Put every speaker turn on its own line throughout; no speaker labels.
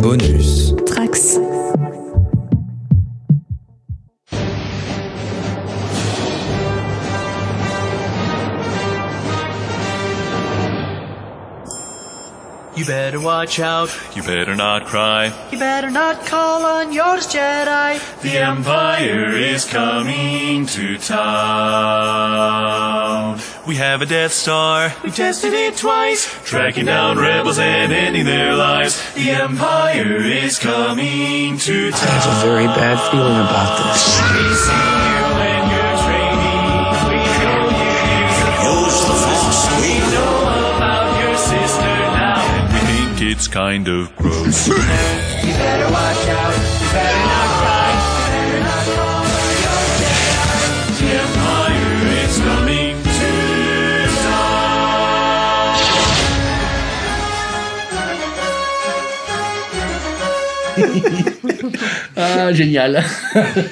Bonus.
Trax.
You better watch out.
You better not cry.
You better not call on yours, Jedi.
The Empire is coming to town. We have a Death Star.
We tested it twice.
Tracking down rebels and ending their lives. The Empire is coming to town. I
have a very bad feeling about this.
We see you when you're training. We know you use the Force. the Force. We know about your sister now. And we think it's kind of gross.
You better watch out. You better not cry. You better not call on your Jedi.
The Empire is coming to town.
Ah, génial.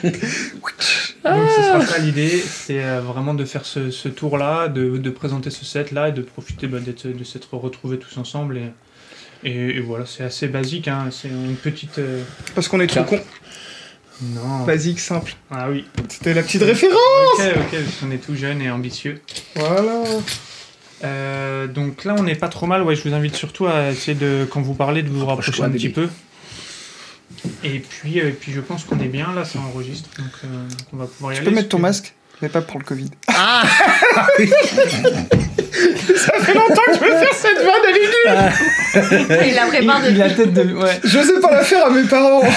Donc ce sera ça l'idée, c'est euh, vraiment de faire ce, ce tour-là, de, de présenter ce set-là et de profiter bah, d'être- de s'être retrouvés tous ensemble. Et, et- et voilà, c'est assez basique, hein, c'est une petite... euh,
Parce qu'on est trop con.
Non.
Basique, simple.
Ah oui.
C'était la petite référence.
Ok, ok, parce qu'on est tout jeune et ambitieux.
Voilà.
Euh, donc là, on n'est pas trop mal. Ouais, je vous invite surtout à essayer de, quand vous parlez, de
Ah,
vous rapprocher
Rapproche-toi,
un petit peu. Et puis, euh, et puis je pense qu'on est bien. Là, ça enregistre, donc euh, on va pouvoir y
Tu
aller.
peux mettre ton
parce
masque, mais pas pour le Covid.
Ah.
Il la prépare depuis.
tête de. Ouais. Je sais pas la faire à mes parents.
que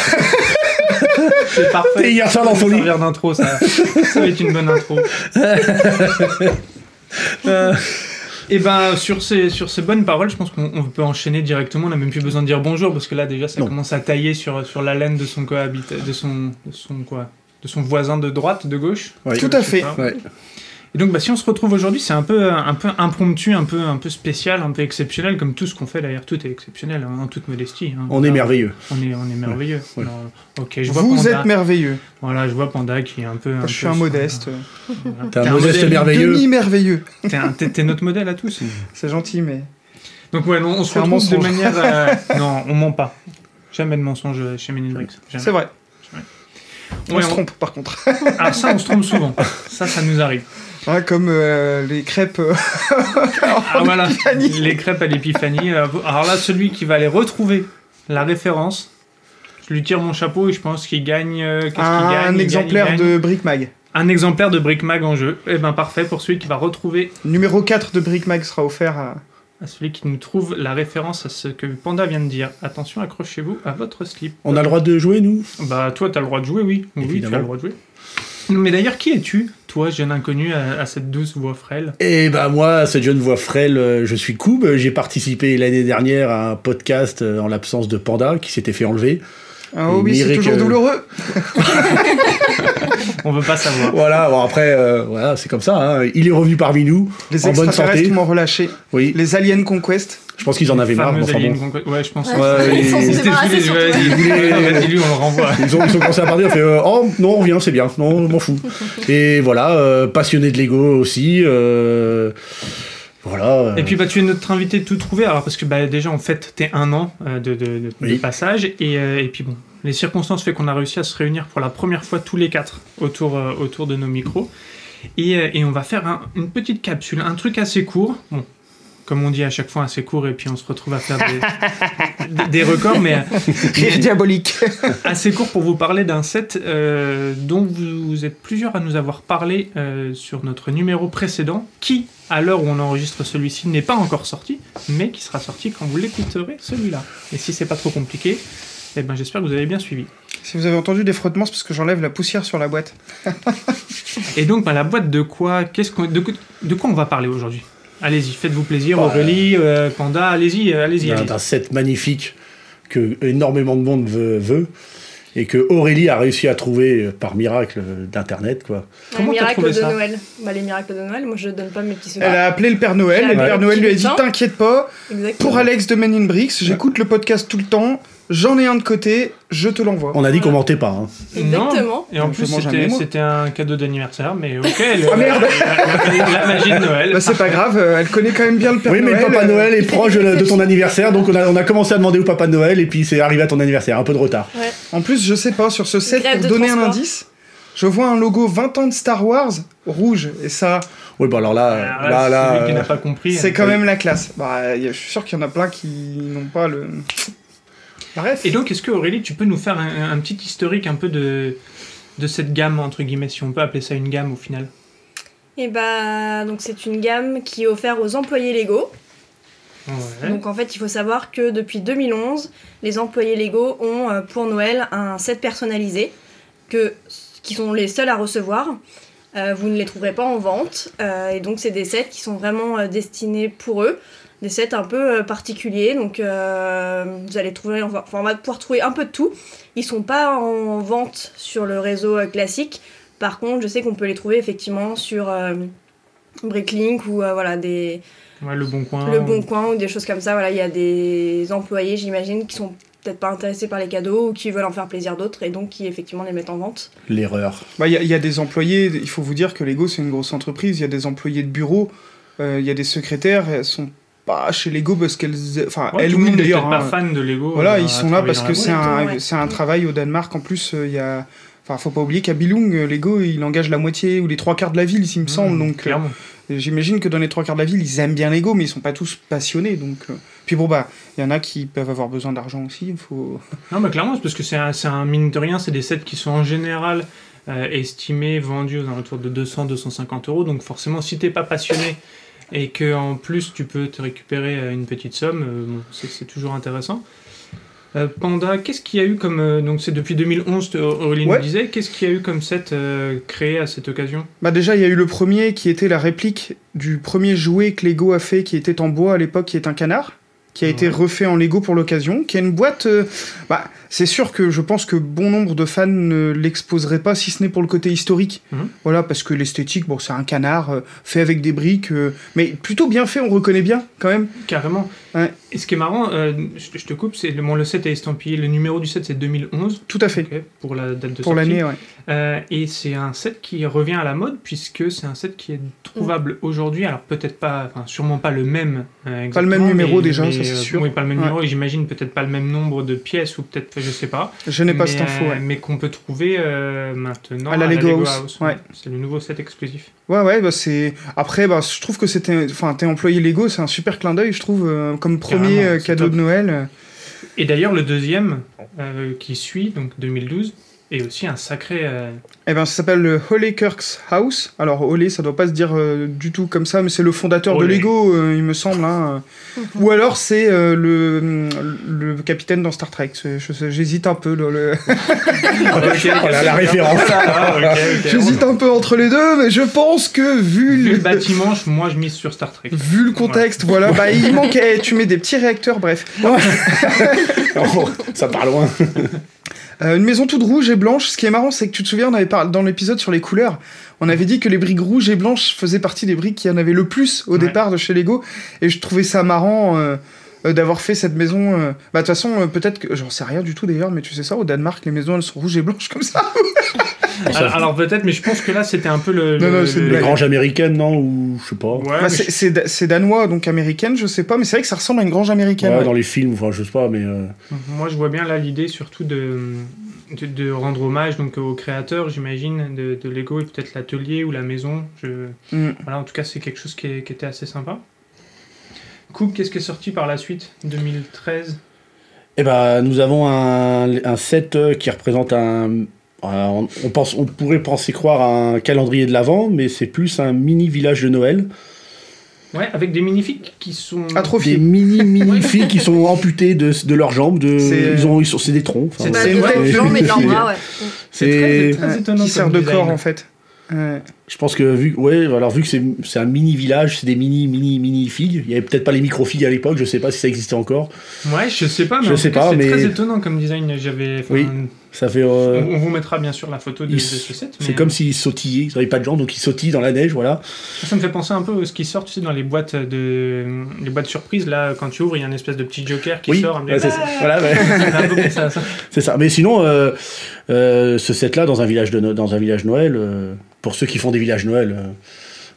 C'est parfait.
Et hier soir dans
Ça
son
va
lit.
servir d'intro, ça. ça va être une bonne intro. Et ben sur ces sur ces bonnes paroles, je pense qu'on on peut enchaîner directement. On n'a même plus besoin de dire bonjour parce que là déjà ça
Non.
commence à tailler sur sur la laine de son cohabit de son de son quoi de son voisin de droite de gauche.
Ouais.
Tout à fait.
pas.
Ouais.
Et donc, bah, si on se retrouve aujourd'hui, c'est un peu, euh, un peu impromptu, un peu, un peu spécial, un peu exceptionnel, comme tout ce qu'on fait d'ailleurs. Tout est exceptionnel, hein, en toute modestie. hein.
On est merveilleux.
On est, on est merveilleux.
Ouais.
Alors, ok, je vois
Vous
Panda.
êtes merveilleux.
Voilà, je vois Panda qui est un peu.
Je suis un modeste.
T'es un
T'es un
modeste
modèle
merveilleux.
Demi-merveilleux.
T'es un- T'es t'es notre modèle à tous.
C'est gentil, mais.
Donc, ouais, on, on se
C'est un
retrouve de
mensonge.
manière. euh, non, on ment pas. Jamais de mensonge chez Men in Black. Jamais.
C'est vrai. On
Ouais,
se trompe, par contre.
Ah, ça, on se trompe souvent. Ça, ça nous arrive.
Hein, comme euh, les crêpes. euh,
Ah voilà, les crêpes à l'épiphanie. Euh, Alors là, celui qui va les retrouver, la référence, je lui tire mon chapeau et je pense qu'il gagne, euh, qu'est-ce qu'il
un
gagne Il
exemplaire
gagne, il gagne.
de Brick Mag.
Un exemplaire de Brick Mag en jeu. Eh ben parfait pour celui qui va retrouver,
Numéro 4 de Brick Mag sera offert à.
à celui qui nous trouve la référence à ce que Panda vient de dire. Attention, accrochez-vous à votre slip.
On a le droit de jouer, nous
Bah toi, t'as le droit de jouer, oui. Oui, tu
Évidemment.
as le droit de jouer. Mais d'ailleurs, qui es-tu, toi, jeune inconnu, à, à cette douce voix frêle
Eh ben moi, cette jeune voix frêle, euh, je suis Koub. Euh, J'ai participé l'année dernière à un podcast euh, en l'absence de Panda qui s'était fait enlever.
Ah, oh oui, c'est
Méric,
toujours
euh,
douloureux.
On veut pas savoir.
Voilà, bon après, euh, voilà, c'est comme ça. hein. Il est revenu parmi nous,
Les
en bonne
extraterrestres
santé.
m'ont relâché.
Oui,
Les Alien Conquest.
je pense qu'ils en avaient marre. mais
Fameux
Enfin,
alien
bon.
conquest- Ouais, je pense.
Ouais,
Ouais,
ils sont
il-
C'était
débarrassés
tous les-
surtout.
ouais,
voulait-
ouais, vas-y, lui, on le renvoie.
Ils ont, ils ont commencé à partir, on fait euh, Oh non, on revient, c'est bien, non, on m'en fout. Et voilà, euh, passionné de Lego aussi. euh, voilà. euh,
Et puis bah, tu es notre invité tout trouvé, alors parce que bah, déjà en fait t'es un an euh, de, de- de- de
Oui.
passage, et, euh, et puis bon, les circonstances fait qu'on a réussi à se réunir pour la première fois tous les quatre autour, euh, autour de nos micros, et, euh, et on va faire un- une petite capsule, un truc assez court, bon, comme on dit à chaque fois assez court, et puis on se retrouve à faire des, des- des records, mais, euh,
Rire diabolique.
assez court pour vous parler d'un set euh, dont vous êtes plusieurs à nous avoir parlé euh, sur notre numéro précédent, qui, à l'heure où on enregistre celui-ci, n'est pas encore sorti, mais qui sera sorti quand vous l'écouterez celui-là. Et si c'est pas trop compliqué, eh ben j'espère que vous avez bien suivi.
si vous avez entendu des frottements, c'est parce que j'enlève la poussière sur la boîte.
Et donc, bah, la boîte de quoi Qu'est-ce qu'on de, quoi- de quoi on va parler aujourd'hui Allez-y, faites-vous plaisir,
Bah,
Aurélie, euh, Panda, allez-y, euh, allez-y.
d'un
allez-y.
d'un set magnifique que énormément de monde veut, veut, et que Aurélie a réussi à trouver euh, par miracle euh, d'internet quoi.
Comment t'as
les miracles
trouvé
de
ça
Noël. Bah, les miracles de Noël, moi je donne pas mes petits
Elle
secrets.
a appelé le Père Noël.
Elle
et
a
le Père
Bah. appelé
Noël
qui
lui a
le
dit
temps.
T'inquiète pas,
Exactement.
pour Alex de Men in Bricks, j'écoute le podcast tout le temps. j'en ai un de côté, je te l'envoie.
On a dit qu'on mentait pas. hein.
Exactement.
Et en plus,
Simplement,
c'était
jamais moi.
c'était un cadeau d'anniversaire, mais ok, le-
Ah merde
la, la magie de Noël.
Bah c'est pas grave, euh, elle connaît quand même bien le Père
Oui, mais
Noël.
le Papa
euh,
Noël est proche de, de ton anniversaire, donc on a, on a commencé à demander au Papa Noël, et puis c'est arrivé à ton anniversaire, un peu de retard.
En plus, je sais pas, sur ce set,
Grève de
pour donner un
transport.
indice, je vois un logo 20 ans de Star Wars rouge. Et ça,
Oui, bah alors là,
Alors
euh,
là,
là, là,
celui Ah, qui
euh,
n'a pas compris.
c'est
hein.
quand même la classe. Bah, y a- je suis sûr qu'il y en a plein qui n'ont pas le. Bref.
Et donc, est-ce que Aurélie, tu peux nous faire un, un petit historique un peu de, de cette gamme, entre guillemets, si on peut appeler ça une gamme au final
Et bah, donc c'est une gamme qui est offerte aux employés légaux.
Ouais.
Donc en fait, il faut savoir que depuis 2011, les employés légaux ont euh, pour Noël un set personnalisé que, qui sont les seuls à recevoir. Euh, vous ne les trouverez pas en vente. Euh, et donc c'est des sets qui sont vraiment euh, destinés pour eux. Des sets un peu euh, particuliers. Donc euh, vous allez trouver, enfin, on va pouvoir trouver un peu de tout. Ils sont pas en vente sur le réseau euh, classique. Par contre, je sais qu'on peut les trouver effectivement sur euh, Bricklink ou euh, voilà des,
Ouais, le bon coin.
le Bon Coin ou des choses comme ça. Voilà, il y a des employés, j'imagine, qui sont peut-être pas intéressés par les cadeaux ou qui veulent en faire plaisir d'autres et donc qui effectivement les mettent en vente.
l'erreur.
Bah, il y, a- il y a des employés, il faut vous dire que Lego c'est une grosse entreprise, il y a des employés de bureau, euh, il y a des secrétaires, elles sont pas chez Lego parce qu'elles. Enfin,
Ouais,
elles
tout
ou
le
ils,
monde n'est peut-être
d'ailleurs.
pas
hein.
fan de Lego.
Voilà,
euh,
ils
à
sont là
travailler
parce
dans
que
la
c'est
boîte.
un,
ouais.
c'est un travail au Danemark. En plus, euh, il y a. Enfin, faut pas oublier qu'à Billung, euh, Lego, il engage la moitié ou les trois quarts de la ville, s'il me semble.
Mmh,
Donc, euh,
clairement.
J'imagine que dans les trois quarts de la ville, ils aiment bien Lego, mais ils sont pas tous passionnés. Donc, euh. puis bon bah, il y en a qui peuvent avoir besoin d'argent aussi. il Faut.
Non, mais clairement, c'est parce que c'est un, c'est un mine de rien, c'est des sets qui sont en général euh, estimés, vendus aux alentours de 200-250 euros. Donc forcément, si t'es pas passionné et que en plus tu peux te récupérer euh, une petite somme, euh, bon, c'est c'est toujours intéressant. Euh, Panda, qu'est-ce qu'il y a eu comme euh, donc c'est depuis 2011, te- Aurélie
Ouais.
nous disait, qu'est-ce qu'il y a eu comme set euh, créé à cette occasion
Bah déjà, il y a eu le premier qui était la réplique du premier jouet que Lego a fait, qui était en bois à l'époque, qui est un canard, qui a été
Ouais.
refait en Lego pour l'occasion, qui a une boîte. euh, Bah, c'est sûr que je pense que bon nombre de fans ne l'exposeraient pas, si ce n'est pour le côté historique.
Mhm.
Voilà, parce que l'esthétique, bon, c'est un canard euh, fait avec des briques, euh, mais plutôt bien fait, on reconnaît bien quand même.
Carrément.
Ouais.
Et ce qui est marrant, euh, je, je te coupe, c'est le, bon, le set est estampillé, le numéro du set c'est 2011
Tout à fait.
ok, pour la date de
Pour
sortie.
l'année, ouais.
Euh, et c'est un set qui revient à la mode puisque c'est un set qui est trouvable aujourd'hui. Alors peut-être pas, enfin sûrement pas le même. euh,
Pas le même
exactement,
numéro
mais-
déjà,
mais,
ça, c'est
euh,
sûr.
Oui, pas le même
Ouais.
numéro. Et j'imagine peut-être pas le même nombre de pièces ou peut-être, je sais pas.
Je n'ai pas
mais,
cette info,
euh,
ouais.
mais qu'on peut trouver euh, maintenant
À la Lego House, ouais.
C'est le nouveau set exclusif.
Ouais, ouais, bah c'est. Après, bah, je trouve que c'était. Enfin, t'es employé Lego, c'est un super clin d'œil, je trouve, euh, comme premier
Carrément,
euh,
c'est
cadeau
top.
de Noël. euh.
Et d'ailleurs le deuxième euh, qui suit donc 2012 est aussi un sacré. euh,
Eh ben, ça s'appelle le Holly Kirk's House. Alors, Holly, ça doit pas se dire euh, du tout comme ça, mais c'est le fondateur de
Olé.
Lego, euh, il me semble. hein. Ou alors, c'est euh, le, le capitaine dans Star Trek. C'est- je sais- J'hésite un peu. le- le-
Oh là, la référence.
Ah, ok, ok.
J'hésite un peu entre les deux, mais je pense que vu
Vu le
le,
bâtiment, je- moi je mise sur Star Trek.
vu le contexte, voilà, bah, il manquait. Tu mets des petits réacteurs, bref.
Oh, ça part loin.
Euh, une maison toute rouge et blanche. Ce qui est marrant, c'est que tu te souviens, on avait parlé dans l'épisode sur les couleurs, on avait dit que les briques rouges et blanches faisaient partie des briques qui en avaient le plus au
Ouais.
départ de chez Lego. Et je trouvais ça marrant euh, euh, d'avoir fait cette maison. euh. Bah, de toute façon, euh, peut-être que. J'en sais rien du tout d'ailleurs, mais tu sais ça, au Danemark, les maisons elles sont rouges et blanches comme ça.
Alors, alors peut-être, mais je pense que là c'était un peu le.
Non,
le-
non, c'est
le-
une
Les
blague.
granges américaines, non Ou je sais pas.
Ouais,
Bah,
mais
c'est- c'est da- c'est danois, donc américaine, je sais pas, mais c'est vrai que ça ressemble à une grange américaine.
Ouais,
ouais.
Dans les films, enfin, je sais pas, mais. euh,
je- moi je vois bien là l'idée surtout de, de, de rendre hommage donc aux créateurs, j'imagine, de, de Lego et peut-être l'atelier ou la maison. Je...
Mm.
Voilà, en tout cas c'est quelque chose qui, est- qui était assez sympa. Coupe, qu'est-ce qui est sorti par la suite 2013
Eh ben, nous avons un, un set euh, qui représente un. euh, on, on pense, on pourrait penser croire à un calendrier de l'Avent, mais c'est plus un mini village de Noël.
Ouais, avec des minifiques qui sont.
Atrophié.
Des mini mini filles qui sont amputées de, de leurs jambes, de,
C'est-
ils ont, ils sont, c'est des troncs. enfin,
euh, C'est-
Bah, de
c'est une
tête,
tête.
non, mais de
c'est-
l'endroit, ouais.
C'est très,
c'est
très
Ouais,
étonnant.
qui sert
comme
de
design.
corps en fait. Ouais.
Je pense que vu, ouais, alors vu que c'est c'est un mini village, c'est des mini mini mini figues. Il y avait peut-être pas les micro figues à l'époque, je sais pas si ça existait encore.
Ouais, je sais pas, mais
Je
en
sais
tout cas,
pas,
c'est
mais-
très étonnant comme design. J'avais. enfin,
Oui. Ça fait, euh,
On on vous mettra bien sûr la photo de,
ils-
de ce set.
c'est
mais-
comme s'ils sautillaient, ils n'avaient pas de jambes, donc ils sautillent dans la neige, voilà.
Ça me fait penser un peu à ce qui sort, tu sais, dans les boîtes de les boîtes surprises. Là, quand tu ouvres, il y a une espèce de petit joker qui
oui,
sort. un peu-
ouais, c'est ça. Voilà, ouais.
Ça fait un peu penser à ça.
C'est ça. Mais sinon, euh, euh, ce set-là, dans un village de No- dans un village Noël, euh, pour ceux qui font des villages Noël euh,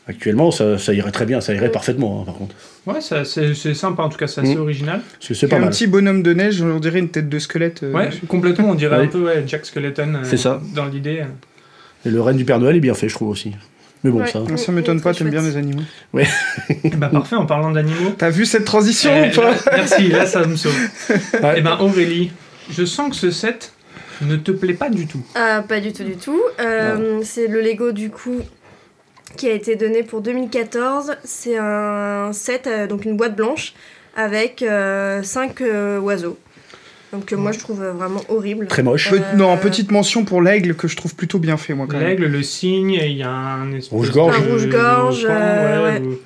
actuellement, ça, ça irait très bien, ça irait parfaitement, hein, par contre.
Ouais, ça, c'est c'est sympa en tout cas, c'est assez
Mm.
original.
Parce que c'est
Il y a
pas
un
mal.
petit bonhomme de neige, on dirait une tête de squelette. euh,
Ouais,
dessus.
complètement, on dirait un
Ouais.
peu ouais, Jack Skeleton euh,
C'est ça.
dans l'idée.
Et le renne du Père Noël est bien fait, je trouve aussi. Mais bon,
Ouais.
ça.
Non, Ça m'étonne pas, t'aimes bien les animaux.
Eh ben, parfait, en parlant d'animaux.
T'as vu cette transition
Eh,
ou pas
là- merci, là ça me sauve.
Ouais.
Eh ben Aurélie, je sens que ce set ne te plaît pas du tout.
Ah, pas du tout, du tout. Euh, C'est le Lego du coup qui a été donné pour 2014. C'est un set, euh, donc une boîte blanche avec 5 oiseaux. Donc euh, moi je trouve euh, vraiment horrible.
Très moche.
Ouais.
Pe- Non, petite mention pour l'aigle que je trouve plutôt bien fait, moi, quand même.
L'aigle, le cygne, il y a un espèce
Rouge-gorge.
de-
Un rouge-gorge,
de pan,
euh,
ouais,
ouais.
ou-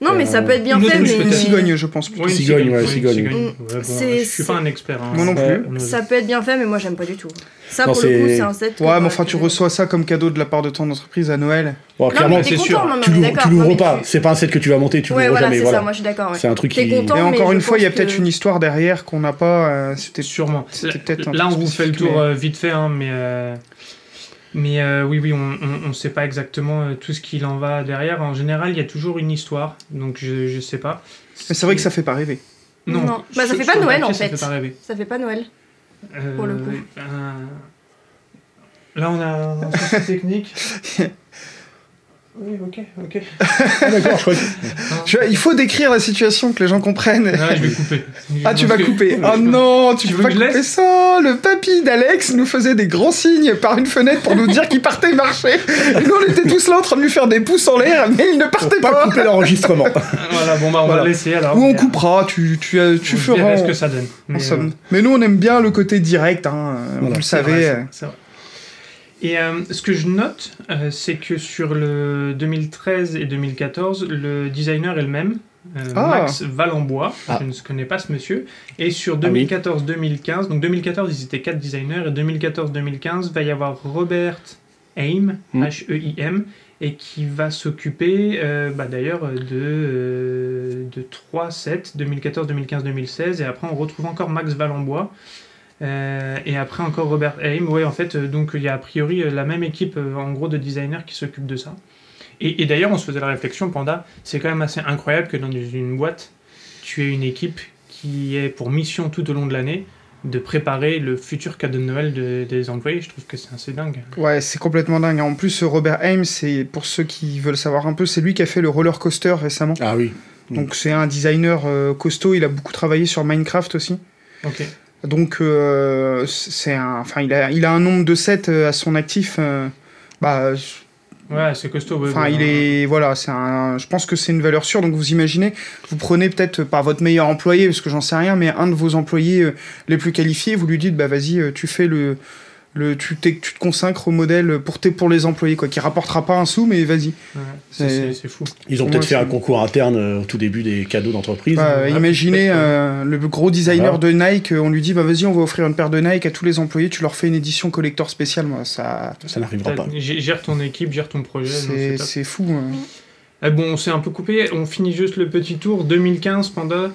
Non mais ça peut être bien
Une
fait,
autruche,
mais
Euh, Une cigogne, je pense. plutôt.
Ouais, une
Cigogne, ouais,
une
cigogne.
Mm.
Ouais, bon,
C'est-
je suis pas
c'est-
un expert. hein.
Moi non
plus.
On a-
ça peut être bien fait, mais moi j'aime pas du tout. Ça
Non,
pour le
c'est-
coup c'est un set. que-
Ouais, mais enfin, tu
que-
reçois ça comme cadeau de la part de ton entreprise à Noël.
Bon,
Non
clairement,
mais t'es
c'est sûr.
content, non, mais
tu
on est
l'ouvres-
d'accord.
tu
Non,
l'ouvres
mais
pas.
tu-
C'est pas un set que tu vas monter, tu
Ouais,
l'ouvres
voilà,
jamais.
c'est
Voilà.
ça. Moi je suis d'accord. ouais.
C'est un truc
T'es
qui.
content.
Mais
Non, mais
encore
je
une fois, il y a
pense
peut-être
que-
une histoire derrière qu'on n'a pas. euh, C'était
Sûrement.
C'était peut-être un
Là, on
peu
vous fait le
spécifique,
tour
mais-
euh, vite fait, hein, mais, euh, mais euh, oui, oui, on on- on sait pas exactement euh, tout ce qu'il en va derrière. En général, il y a toujours une histoire, donc je, je sais pas.
Mais c'est vrai que ça fait pas rêver.
Non,
Non. Bah, ça
Sur-
fait pas
sur le
Noël,
papier,
en fait.
Ça fait pas rêver.
Ça fait pas Noël.
Euh,
Pour le coup.
euh, Là, on a un souci technique. Oui, ok, ok.
Ah, D'accord, je crois que.
Tu vois, il faut décrire la situation que les gens comprennent.
Ah, je vais couper.
Ah, tu vas
Parce que-
couper.
Parce
Ah
que-
non, tu,
Tu
peux
veux
pas
que je
couper
laisse
ça. Le papy d'Alex nous faisait des grands signes par une fenêtre pour nous dire qu'il partait marcher. Et nous, on était tous là en train de lui faire des pouces en l'air, mais il ne partait
Pour
pas.
pas couper l'enregistrement.
Voilà, bon, bah, on
Voilà.
va laisser alors.
Ou on
Mais, euh,
coupera, tu, tu, as- tu
on
feras.
verra ce
en-
que ça donne.
en
Mais, euh,
somme. Mais nous, on aime bien le côté direct, hein, euh, vous
Voilà.
le
C'est vrai,
savez. euh.
c'est- c'est vrai. Et euh, ce que je note, euh, c'est que sur le 2013 et 2014, le designer est le même, euh,
Ah.
Max Valenbois.
Ah.
Je ne connais pas ce monsieur. Et sur
Ah oui.
2014-2015, donc 2014, ils étaient quatre designers, et 2014-2015, va y avoir Robert Heim,
Hmm.
H-E-I-M, et qui va s'occuper euh, bah, d'ailleurs de, euh, de 3 sets, 2014, 2015, 2016, et après on retrouve encore Max Valenbois, euh, et après encore Robert Haim. Ouais, en fait, euh, donc il y a a priori euh, la même équipe euh, en gros de designers qui s'occupe de ça. Et, et d'ailleurs, on se faisait la réflexion, Panda, c'est quand même assez incroyable que dans une boîte, tu aies une équipe qui est pour mission tout au long de l'année de préparer le futur cadeau de Noël de- des employés. Je trouve que c'est assez dingue.
Ouais, c'est complètement dingue. En plus, euh, Robert Haim, c'est pour ceux qui veulent savoir un peu, c'est lui qui a fait le roller coaster récemment.
Ah oui.
Mm.
Donc c'est un designer euh, costaud. Il a beaucoup travaillé sur Minecraft aussi.
Ok.
Donc euh, c'est un, enfin il a, il a un nombre de sets euh, à son actif. euh, bah,
Ouais, c'est costaud. ouais,
enfin
ouais.
il est, voilà, c'est un. Je pense que c'est une valeur sûre. Donc vous imaginez, vous prenez peut-être euh, par votre meilleur employé, parce que j'en sais rien, mais un de vos employés euh, les plus qualifiés, vous lui dites, bah vas-y, euh, tu fais le, le, tu, t'es- tu te consacres au modèle pour tes, pour les employés quoi, qui rapportera pas un sou, mais vas-y.
Ouais, c'est-
c'est-
c'est c'est fou.
Ils ont
Pour
peut-être
moi,
fait un
c'est-
concours interne euh, au tout début des cadeaux d'entreprise.
Bah,
Voilà.
imaginez
peut-être,
euh, le gros designer de Nike, euh, on lui dit bah vas-y on va offrir une paire de Nike à tous les employés, tu leur fais une édition collector spéciale, moi ça
Ça n'arrivera
T'as-
pas.
gé- Gère ton équipe, gère ton projet. non,
c'est
c'est top.
c'est fou. hein.
Eh bon, on s'est un peu coupé. On finit juste le petit tour. 2015, Panda,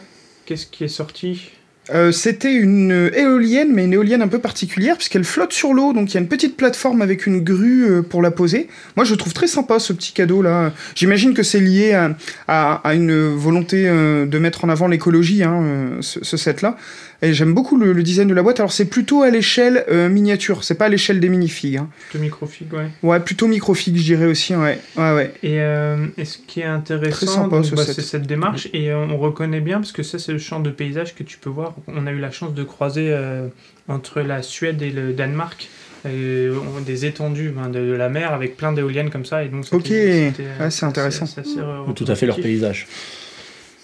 qu'est-ce qui est sorti
Euh, C'était une euh, éolienne, mais une éolienne un peu particulière puisqu'elle flotte sur l'eau, donc il y a une petite plateforme avec une grue euh, pour la poser. Moi je le trouve très sympa ce petit cadeau là. J'imagine que c'est lié à, à- à une volonté euh, de mettre en avant l'écologie, hein, euh, ce, ce set là. Et j'aime beaucoup le, le design de la boîte. Alors c'est plutôt à l'échelle euh, miniature, c'est pas à l'échelle des minifigs. hein.
De microfig, ouais.
Ouais, plutôt microfig, je dirais aussi, ouais. Ouais, ouais.
Et, euh, et ce qui est
Très
intéressant,
sympa,
donc,
ce
bah,
set.
c'est cette démarche. Et euh, on reconnaît bien, parce que ça, c'est le champ de paysage que tu peux voir. On a eu la chance de croiser euh, entre la Suède et le Danemark euh, on- des étendues ben, de, de la mer avec plein d'éoliennes comme ça. Et donc, c'était-
Ok.
c'était, euh,
Ah, c'est intéressant.
assez- assez, euh,
Tout à fait leur
représentatif.
paysage.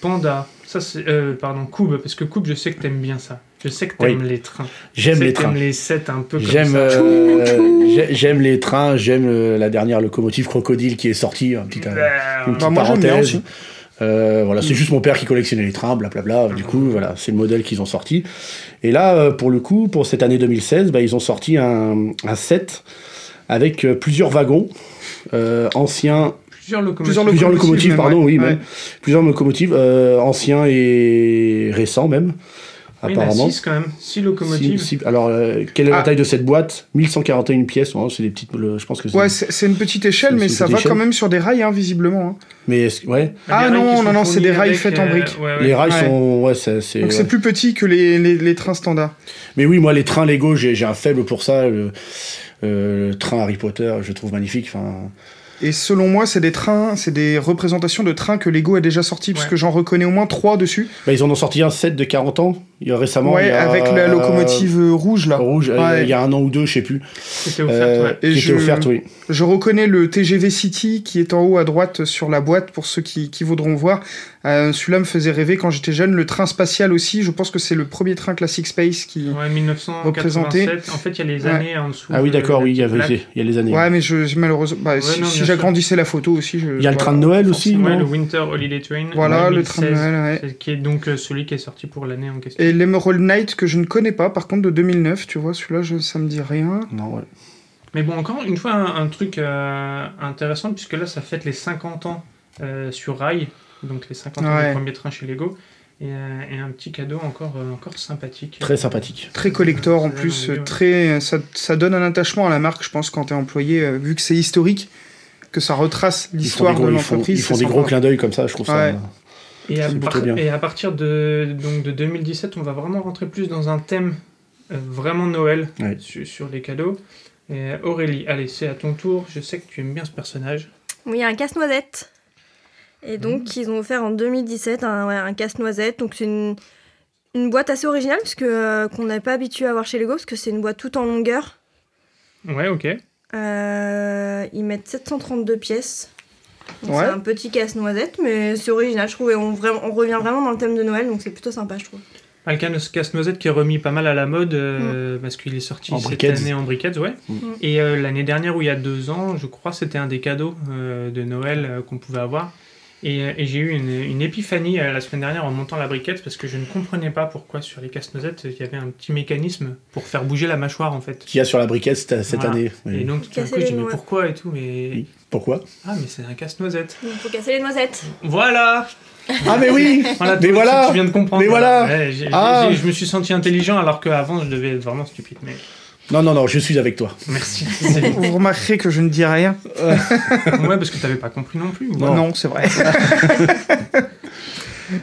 Panda. Ça, c'est, euh, pardon, Coupe, parce que Coupe, je sais que t'aimes bien ça. Je sais que t'aimes les trains. Je
J'aime
sais
les
que
trains.
T'aimes les sets un peu comme
J'aime
ça.
euh, j'ai- j'aime les trains, j'aime euh, la dernière locomotive crocodile qui est sortie, un petit, un- une
Ben,
petite
Bah, moi, j'aime bien
parenthèse.
aussi. Mm.
Euh, voilà, c'est juste mon père qui collectionnait les trains, blablabla.
Ah,
Du coup, voilà, c'est le modèle qu'ils ont sorti. Et là, euh, pour le coup, pour cette année 2016, bah, ils ont sorti un, un set avec euh, plusieurs wagons euh, anciens,
Plusieurs locomotives.
Plusieurs
plusieurs
locomotives,
locomotives,
même,
pardon,
ouais.
oui,
Ouais.
même. plusieurs locomotives euh, anciens et récents même,
Oui, il y en a
apparemment.
six, quand même. Six locomotives.
Si- si- alors, euh, quelle est
Ah.
la taille de cette boîte 1141 pièces. hein, c'est des petites. le- je pense que c'est.
Ouais, c'est c'est une petite échelle,
C'est-
mais
c'est une
ça
petite
va quand
échelle.
même sur des rails, hein, visiblement. hein.
mais est-ce- ouais.
Il y a des
Ah
rails qui
non,
sont
non, non, c'est des
fournis
rails
avec,
faits en
euh,
briques.
ouais, ouais.
Les rails
Ah Ouais.
sont. Ouais, c'est. c'est-
Donc
ouais.
c'est plus petit que les, les, les trains standards.
Mais oui, moi, les trains Lego, j'ai j'ai un faible pour ça. Le, euh, le train Harry Potter, je trouve magnifique. Enfin,
Et selon moi, c'est des trains, c'est des représentations de trains que Lego a déjà sortis,
Ouais.
puisque j'en reconnais au moins trois dessus.
bah, ils en ont sorti un set de 40 ans il y a récemment.
ouais,
il y a-
avec la locomotive euh, rouge là.
euh, rouge, euh,
Ouais.
il y a un an ou deux, je sais plus.
C'était offert,
euh,
ouais.
Et
qui
je-
était offerte, oui.
Je reconnais le TGV City qui est en haut à droite sur la boîte pour ceux qui, qui voudront voir. Euh, Celui-là me faisait rêver quand j'étais jeune. Le train spatial aussi, je pense que c'est le premier train classique space qui.
Ouais, 1987. En fait, il y a les
Ouais.
années en dessous.
Ah oui,
de-
d'accord, oui, il y, avait,
Black.
il y a les années.
Ouais, mais je, je- malheureusement, bah, si,
non,
si
bien
j'agrandissais la photo aussi, je.
il y a le train de Noël aussi,
Ouais,
non
le Winter Holiday Train.
Voilà,
en
le train de
2016,
Noël, ouais.
c'est- Qui est donc euh, celui qui est sorti pour l'année en question.
Et l'Emerald Knight que je ne connais pas, par contre, de 2009, tu vois, celui-là, je- ça me dit rien.
Non, ouais.
Mais bon, encore une fois, un, un truc euh, intéressant, puisque là, ça fête les 50 ans euh, sur rail, donc les 50 ans
Ouais.
du premier train chez Lego, et, euh, et un petit cadeau encore, euh, encore sympathique.
Très sympathique.
Très collector en
Ouais,
plus,
ouais.
très, ça, ça donne un attachement à la marque, je pense, quand t'es employé, euh, vu que c'est historique, que ça retrace
Ils font
l'histoire
des gros-
de
ils font,
l'entreprise.
ils font
c'est
des gros
sympa.
clins d'œil comme ça, je trouve
Ouais.
ça.
Et à,
C'est plutôt
par-
bien.
et à partir de, donc de 2017, on va vraiment rentrer plus dans un thème euh, vraiment Noël
euh, Ouais.
su- sur les cadeaux. Et euh, Aurélie, allez, c'est à ton tour. Je sais que tu aimes bien ce personnage.
Oui, il y a un casse-noisette.
Mmh.
Et donc, ils ont offert en 2017 un, ouais, un casse-noisette. Donc, c'est une, une boîte assez originale, parce que, euh, qu'on n'est pas habitué à voir chez Lego, parce que c'est une boîte toute en longueur.
Ouais, ok.
Euh, ils mettent 732 pièces. Donc,
Ouais.
C'est un petit casse-noisette, mais c'est original, je trouve. Et on, vra- on revient vraiment dans le thème de Noël, donc c'est plutôt sympa, je trouve.
Alcanos Casse-Noisette qui est remis pas mal à la mode
Mm.
euh, parce qu'il est sorti
En
cette
briquettes.
année en briquettes, ouais.
Mm.
Et euh, l'année dernière, ou il y a deux ans, je crois, c'était un des cadeaux euh, de Noël euh, qu'on pouvait avoir. Et, euh, et j'ai eu une, une épiphanie euh, la semaine dernière en montant la briquette parce que je ne comprenais pas pourquoi sur les casse-noisettes il y avait un petit mécanisme pour faire bouger la mâchoire en fait.
Qui y a sur la briquette cette, cette
Voilà.
année. oui.
Et donc tout d'un
Casser
coup je
les
dis mais
noix.
pourquoi et tout mais
Oui. Pourquoi
ah mais c'est un casse-noisette.
Il faut casser les noisettes.
Voilà.
Ah, mais oui
Voilà
Mais
tout ce que
voilà
tu viens de comprendre.
Mais voilà
Ouais, j'ai- j'ai-
Ah
j'ai- je me suis senti intelligent alors qu'avant je devais être vraiment stupide mais
Non, non, non, je suis avec toi.
merci.
Vous remarquerez que je ne dis rien.
Ouais, parce que t'avais pas compris non plus.
Non,
voilà.
c'est vrai.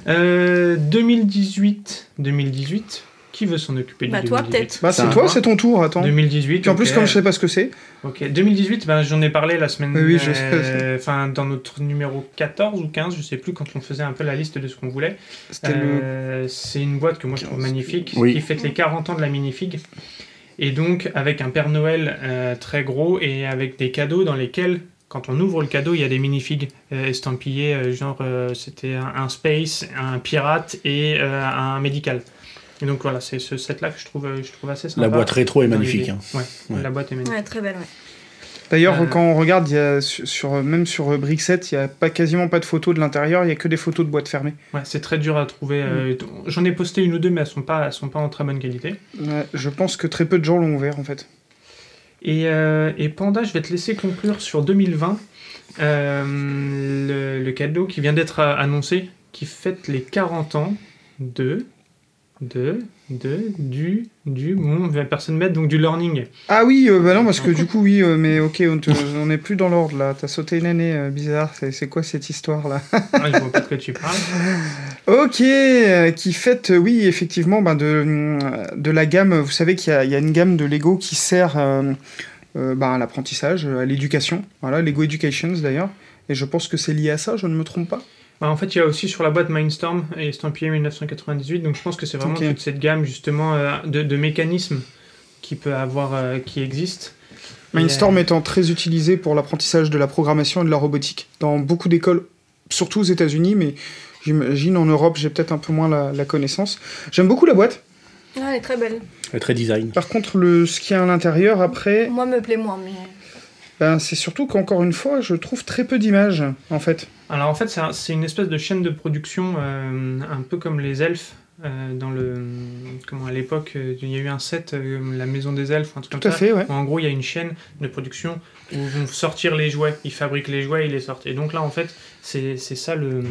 Euh, 2018, 2018, qui veut s'en occuper du
Bah, toi,
2018?
bah, c'est
Ça,
toi,
hein.
c'est ton tour, attends.
2018.
Puis en plus,
ok.
comme je sais pas ce que c'est,
Ok, 2018, ben, j'en ai parlé la semaine.
Oui, oui, je sais,
euh, Enfin, dans notre numéro 14 ou 15, je sais plus, quand on faisait un peu la liste de ce qu'on voulait.
c'était le.
Euh, C'est une boîte que moi je trouve magnifique,
Oui.
qui fête les 40 ans de la minifig. Et donc, avec un Père Noël euh, très gros et avec des cadeaux dans lesquels, quand on ouvre le cadeau, il y a des minifigs euh, estampillés, euh, genre euh, c'était un, un space, un pirate et euh, un médical. Et donc voilà, c'est ce set-là que je trouve, euh, je trouve assez sympa.
La boîte rétro est
Dans
magnifique.
l'idée.
hein.
Ouais,
Ouais.
la boîte est magnifique.
Ouais, très belle, ouais.
D'ailleurs,
Euh.
quand on regarde, il y a sur, sur- même sur euh, Brickset, il y a pas quasiment pas de photos de l'intérieur. Il y a que des photos de boîtes fermées.
Ouais, c'est très dur à trouver. euh, J'en ai posté une ou deux, mais elles sont pas, elles sont pas en très bonne qualité.
Ouais, Euh, je pense que très peu de gens l'ont ouvert en fait.
Et, euh, et Panda, je vais te laisser conclure sur 2020, euh, le, le cadeau qui vient d'être euh, annoncé, qui fête les 40 ans de, de, de, du, du, bon, personne m'aide, donc du learning.
Ah oui, euh, bah non, parce que du coup, oui, euh, mais ok, on, te- on est plus dans l'ordre là. T'as sauté une année euh, bizarre. C'est c'est quoi cette histoire là
Ah, je vois pas de quoi tu parles.
Ok, euh, qui fête, euh, oui, effectivement, ben de, de la gamme. Vous savez qu'il y, a- il y a une gamme de Lego qui sert euh, euh, ben, à l'apprentissage, à l'éducation. Voilà, Lego Educations d'ailleurs. Et je pense que c'est lié à ça, je ne me trompe pas.
Bah, en fait, il y a aussi sur la boîte Mindstorm euh, et estampillé 1998, donc je pense que c'est vraiment
Ok.
toute cette gamme justement euh, de, de mécanismes qui peut avoir, euh, qui existe.
Mindstorm étant très utilisé pour l'apprentissage de la programmation et de la robotique dans beaucoup d'écoles, surtout aux États-Unis, mais J'imagine en Europe, j'ai peut-être un peu moins la, la connaissance. J'aime beaucoup la boîte.
Ouais, elle est très belle.
Et hein. très design.
Par contre, le, ce qu'il y a à l'intérieur, après,
Moi, me plaît moins, mais.
ben, c'est surtout qu'encore une fois, je trouve très peu d'images, en fait.
Alors en fait, c'est un- c'est une espèce de chaîne de production euh, un peu comme les elfes. euh, dans le comment à l'époque euh, il y a eu un set euh, la maison des elfes un truc
Tout
comme
à
ça
fait, ouais.
où en gros il y a une chaîne de production où vont sortir les jouets ils fabriquent les jouets ils les sortent et donc là en fait c'est c'est ça le,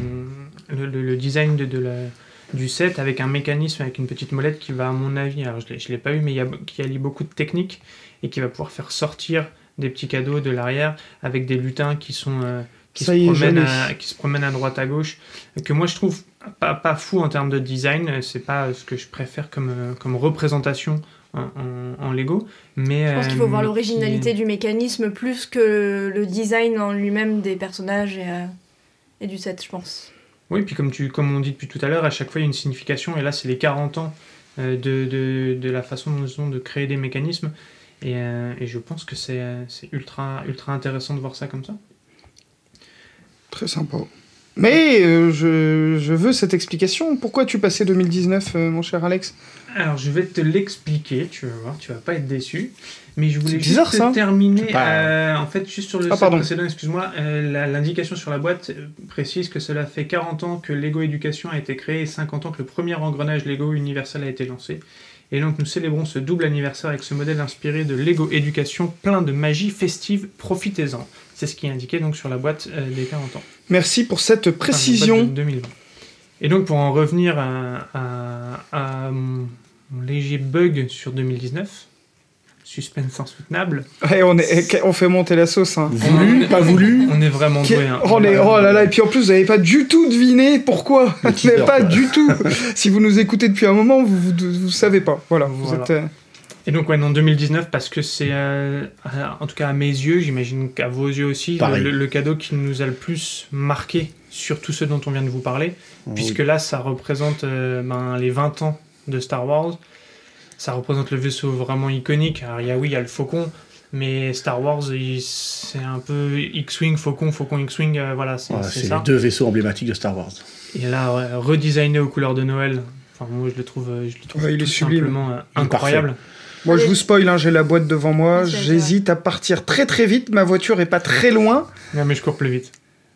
le, le- le design de, de la- du set avec un mécanisme avec une petite molette qui va à mon avis alors je l'ai- je l'ai pas eu mais il y a, qui allie beaucoup de techniques et qui va pouvoir faire sortir des petits cadeaux de l'arrière avec des lutins qui sont euh, qui
Ça
se,
y est,
promènent
j'allais.
à, qui se promènent à droite à gauche, que moi je trouve pas, pas fou en termes de design, euh, c'est pas ce que je préfère comme, euh, comme représentation en, en- en Lego. Mais, euh,
Je pense qu'il faut
Euh,
voir l'originalité du mécanisme plus que le design en lui-même des personnages et, euh, et du set, je pense.
Oui, puis comme, tu, comme on dit depuis tout à l'heure, à chaque fois il y a une signification, et là c'est les 40 ans euh, de, de, de la façon dont ils ont de créer des mécanismes. Et, euh, et je pense que c'est euh, c'est ultra, ultra intéressant de voir ça comme ça.
Très sympa. Mais euh, je, je veux cette explication. Pourquoi tu passais 2019, euh, mon cher Alex
Alors, je vais te l'expliquer, tu vas voir, tu vas pas être déçu. Mais je voulais
C'est bizarre,
juste
ça.
terminer,
Bah.
euh, en fait, juste sur le
Ah,
site
pardon.
précédent, excuse-moi, euh, la- l'indication sur la boîte euh, précise que cela fait 40 ans que Lego Education a été créé et 50 ans que le premier engrenage Lego Universal a été lancé. Et donc, nous célébrons ce double anniversaire avec ce modèle inspiré de Lego Education, plein de magie festive, profitez-en. C'est ce qui est indiqué donc sur la boîte euh, des 40 ans.
Merci pour
Ah,
cette
Enfin,
précision.
de 2020. Et donc, pour en revenir à, à- à mon, mon léger bug sur 2019, suspense insoutenable,
Ouais, on, est- on fait monter la sauce. hein.
Voulu, pas voulu.
on est vraiment
Qui-
doué. hein.
Oh, les- oh là là, et puis en plus, vous n'avez pas du tout deviné pourquoi.
Le
Vous n'avez
teaser,
pas
quoi.
du tout. si vous nous écoutez depuis un moment, vous ne savez pas. Voilà, vous
Voilà.
êtes. euh,
Et donc, ouais, non, 2019, parce que c'est, euh, à- en tout cas à mes yeux, j'imagine qu'à vos yeux aussi,
Pareil.
le, le cadeau qui nous a le plus marqué sur tout ce dont on vient de vous parler, puisque là, ça représente euh, ben, les 20 ans de Star Wars. Ça représente le vaisseau vraiment iconique. Alors, il y a, oui, il y a le Faucon, mais Star Wars, il- c'est un peu X-Wing, Faucon, Faucon, X-Wing, euh, voilà, c'est
Voilà,
c'est
c'est
ça.
les deux vaisseaux emblématiques de Star Wars.
Et là, ouais, redesigné aux couleurs de Noël. Enfin, moi, je le trouve, euh, je le trouve
Ouais, il est
tout
sublime.
simplement euh,
Il est
incroyable.
Moi, je
Allez.
vous spoil, hein, j'ai la boîte devant moi.
C'est vrai.
J'hésite à partir très très vite. Ma voiture est pas très loin.
Ouais, mais je cours plus vite.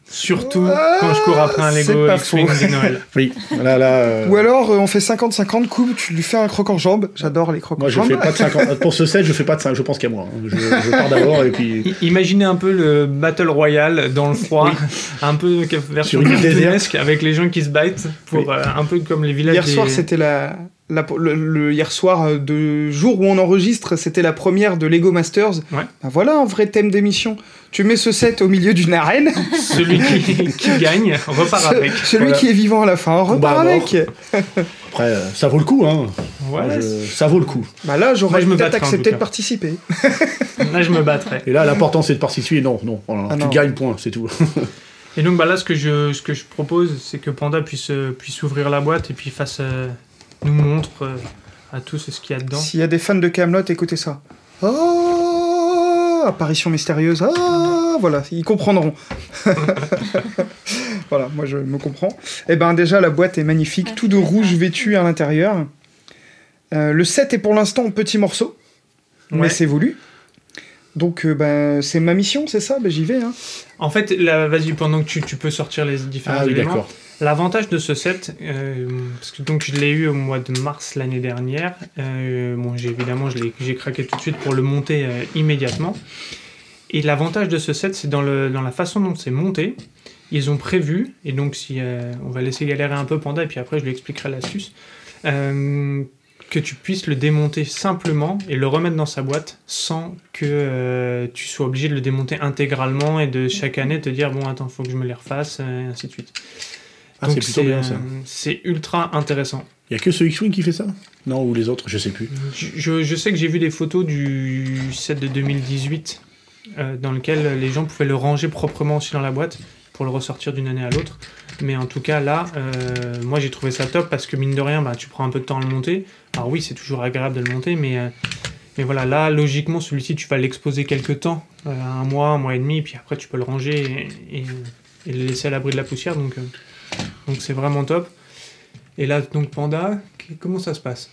Surtout
Ah,
quand je cours après un
c'est
Lego
pas
X-Wing
faux.
de Noël.
Oui, là, là. euh,
Ou alors, euh, on fait 50-50 coupe, tu lui fais un croc en jambe. J'adore les crocs
Moi,
en
je
jambe.
fais pas de 50. Pour ce set, je fais pas de 5. Je pense qu'à moi. hein. Je, je pars d'abord et puis.
I- Imaginez un peu le Battle Royale dans le froid, un peu ca- version
Sur une île
cartoonesque avec les gens qui se battent, pour,
Oui.
euh, un peu comme les villages
Hier
des-
soir, c'était la. la- le, le- hier soir, euh, de jour où on enregistre, c'était la première de Lego Masters.
Ouais.
Ben voilà un vrai thème d'émission. Tu mets ce set au milieu d'une arène.
celui qui, qui gagne repart
Ce-
avec.
celui
Voilà.
qui est vivant à la fin repart
Combat à mort.
avec.
Après, euh, ça vaut le coup, hein.
Ouais,
Je- Ça vaut le coup.
Bah là,
Moi,
j'aurais
je me
peut-être
battrai, en tout
accepté
cas.
de participer.
Là, je me battrais.
Et là, l'important, c'est de participer. Non, non. Oh là là,
Ah,
tu
non.
gagnes, point, c'est tout.
Ah, Et donc, bah, là, ce que je, ce que je propose, c'est que Panda puisse, euh, puisse ouvrir la boîte et puis fasse, euh, nous montre euh, à tous ce qu'il y a dedans.
S'il y a des fans de Camelot, écoutez ça. Oh, apparition mystérieuse. Ah, voilà, ils comprendront. voilà, moi je me comprends. Eh ben déjà la boîte est magnifique, tout de rouge vêtu à l'intérieur. Euh, le set est pour l'instant en petits morceaux,
Ouais.
mais c'est voulu. Donc euh, ben, c'est ma mission, c'est ça, ben, j'y vais. hein.
En fait, là, vas-y, pendant que tu, tu peux sortir les différents
Ah oui,
éléments,
d'accord.
L'avantage de ce set, euh, parce que donc je l'ai eu au mois de mars l'année dernière, euh, bon, j'ai évidemment je l'ai- j'ai craqué tout de suite pour le monter euh, immédiatement. Et l'avantage de ce set, c'est dans, le- dans la façon dont c'est monté. Ils ont prévu, et donc si euh, on va laisser galérer un peu Panda, et puis après je lui expliquerai l'astuce, euh, que tu puisses le démonter simplement et le remettre dans sa boîte sans que euh, tu sois obligé de le démonter intégralement et de chaque année te dire bon attends faut que je me les refasse, euh, et ainsi de suite.
Ah,
Donc
c'est plutôt bien, ça.
euh, C'est ultra intéressant.
Il y a que ce X-Wing qui fait ça Non, ou les autres, je sais plus.
Je, je- je sais que j'ai vu des photos du set de 2018 euh, dans lequel les gens pouvaient le ranger proprement aussi dans la boîte pour le ressortir d'une année à l'autre. Mais en tout cas, là, euh, moi j'ai trouvé ça top parce que mine de rien, bah, tu prends un peu de temps à le monter. Alors oui, c'est toujours agréable de le monter, mais, euh, mais voilà, là, logiquement, celui-ci, tu vas l'exposer quelques temps, euh, un mois, un mois et demi, puis après tu peux le ranger et, et- et le laisser à l'abri de la poussière. Donc, euh, Donc c'est vraiment top. Et là, donc Panda, qu- comment ça se passe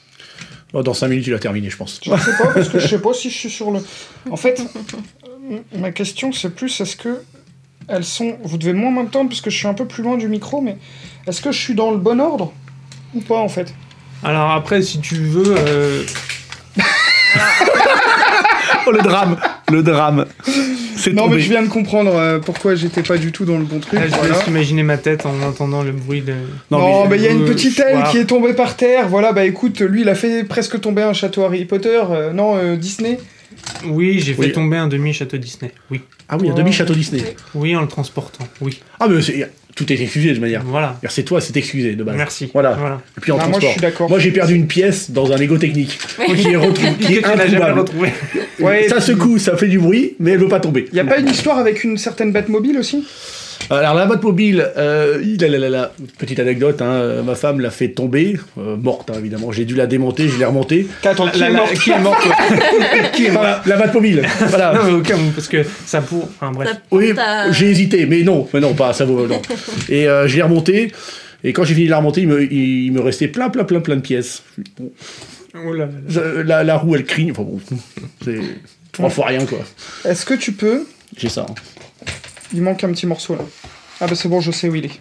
Bon, Oh, dans 5 minutes, il a terminé, je pense.
Je sais pas, parce que je sais pas si je suis sur le. En fait, m- ma question c'est plus est-ce que elles sont. Vous devez moins m'entendre parce que je suis un peu plus loin du micro, mais est-ce que je suis dans le bon ordre ou pas en fait
Alors après, si tu veux, euh,
Oh, le drame Le drame C'est
Non, mais
tombé.
je viens de comprendre euh, pourquoi j'étais pas du tout dans le bon truc.
là, Eh, je te
voilà.
laisse imaginer ma tête en entendant le bruit de.
Non,
mais-
mais il y a une
Euh,
petite aile
voilà.
qui est tombée par terre. Voilà, bah écoute, lui, il a fait presque tomber un château Harry Potter. euh, non, euh, Disney.
Oui, j'ai
Oui.
fait tomber un demi château Disney. Oui.
Ah oui, il y a demi-château Disney.
Oui, en le transportant. Oui.
Ah, mais c'est- tout est excusé, de manière.
Voilà.
C'est toi, c'est excusé, de base.
Merci.
Voilà.
Voilà.
Et puis en
Ah, moi,
transport.
je suis d'accord.
Moi, j'ai perdu une pièce dans un Lego technique. qui est, retrou- qui est
Tu l'as jamais
introuvable.
retrouvé.
Ouais,
ça secoue, ça fait du bruit, mais elle veut pas tomber.
Il y a pas une histoire avec une certaine Batmobile aussi
Alors la Batmobile, euh, il- la, la, la, la- petite anecdote, hein, euh, ma femme l'a fait tomber, euh, morte hein, évidemment, j'ai dû la démonter, je l'ai remontée.
Attends, qui
La-
est
la-
mort
qui est mort toi Qui est mort
Voilà, la Batmobile,
Ah.
voilà.
Non, mais aucun, parce que ça pour. Enfin, bref.
Ça
Oui,
porte à-
j'ai hésité, mais non, mais non, pas, ça vaut, non. Et euh, je l'ai remontée, et quand j'ai fini de la remonter, il me, il, il me restait plein, plein, plein, plein de pièces. Bon,
Oh là là là.
je- la, la roue, elle cligne, enfin bon, c'est trois fois rien, quoi.
Est-ce que tu peux
J'ai ça. hein.
Il manque un petit morceau là. Ah bah c'est bon, je sais où il est.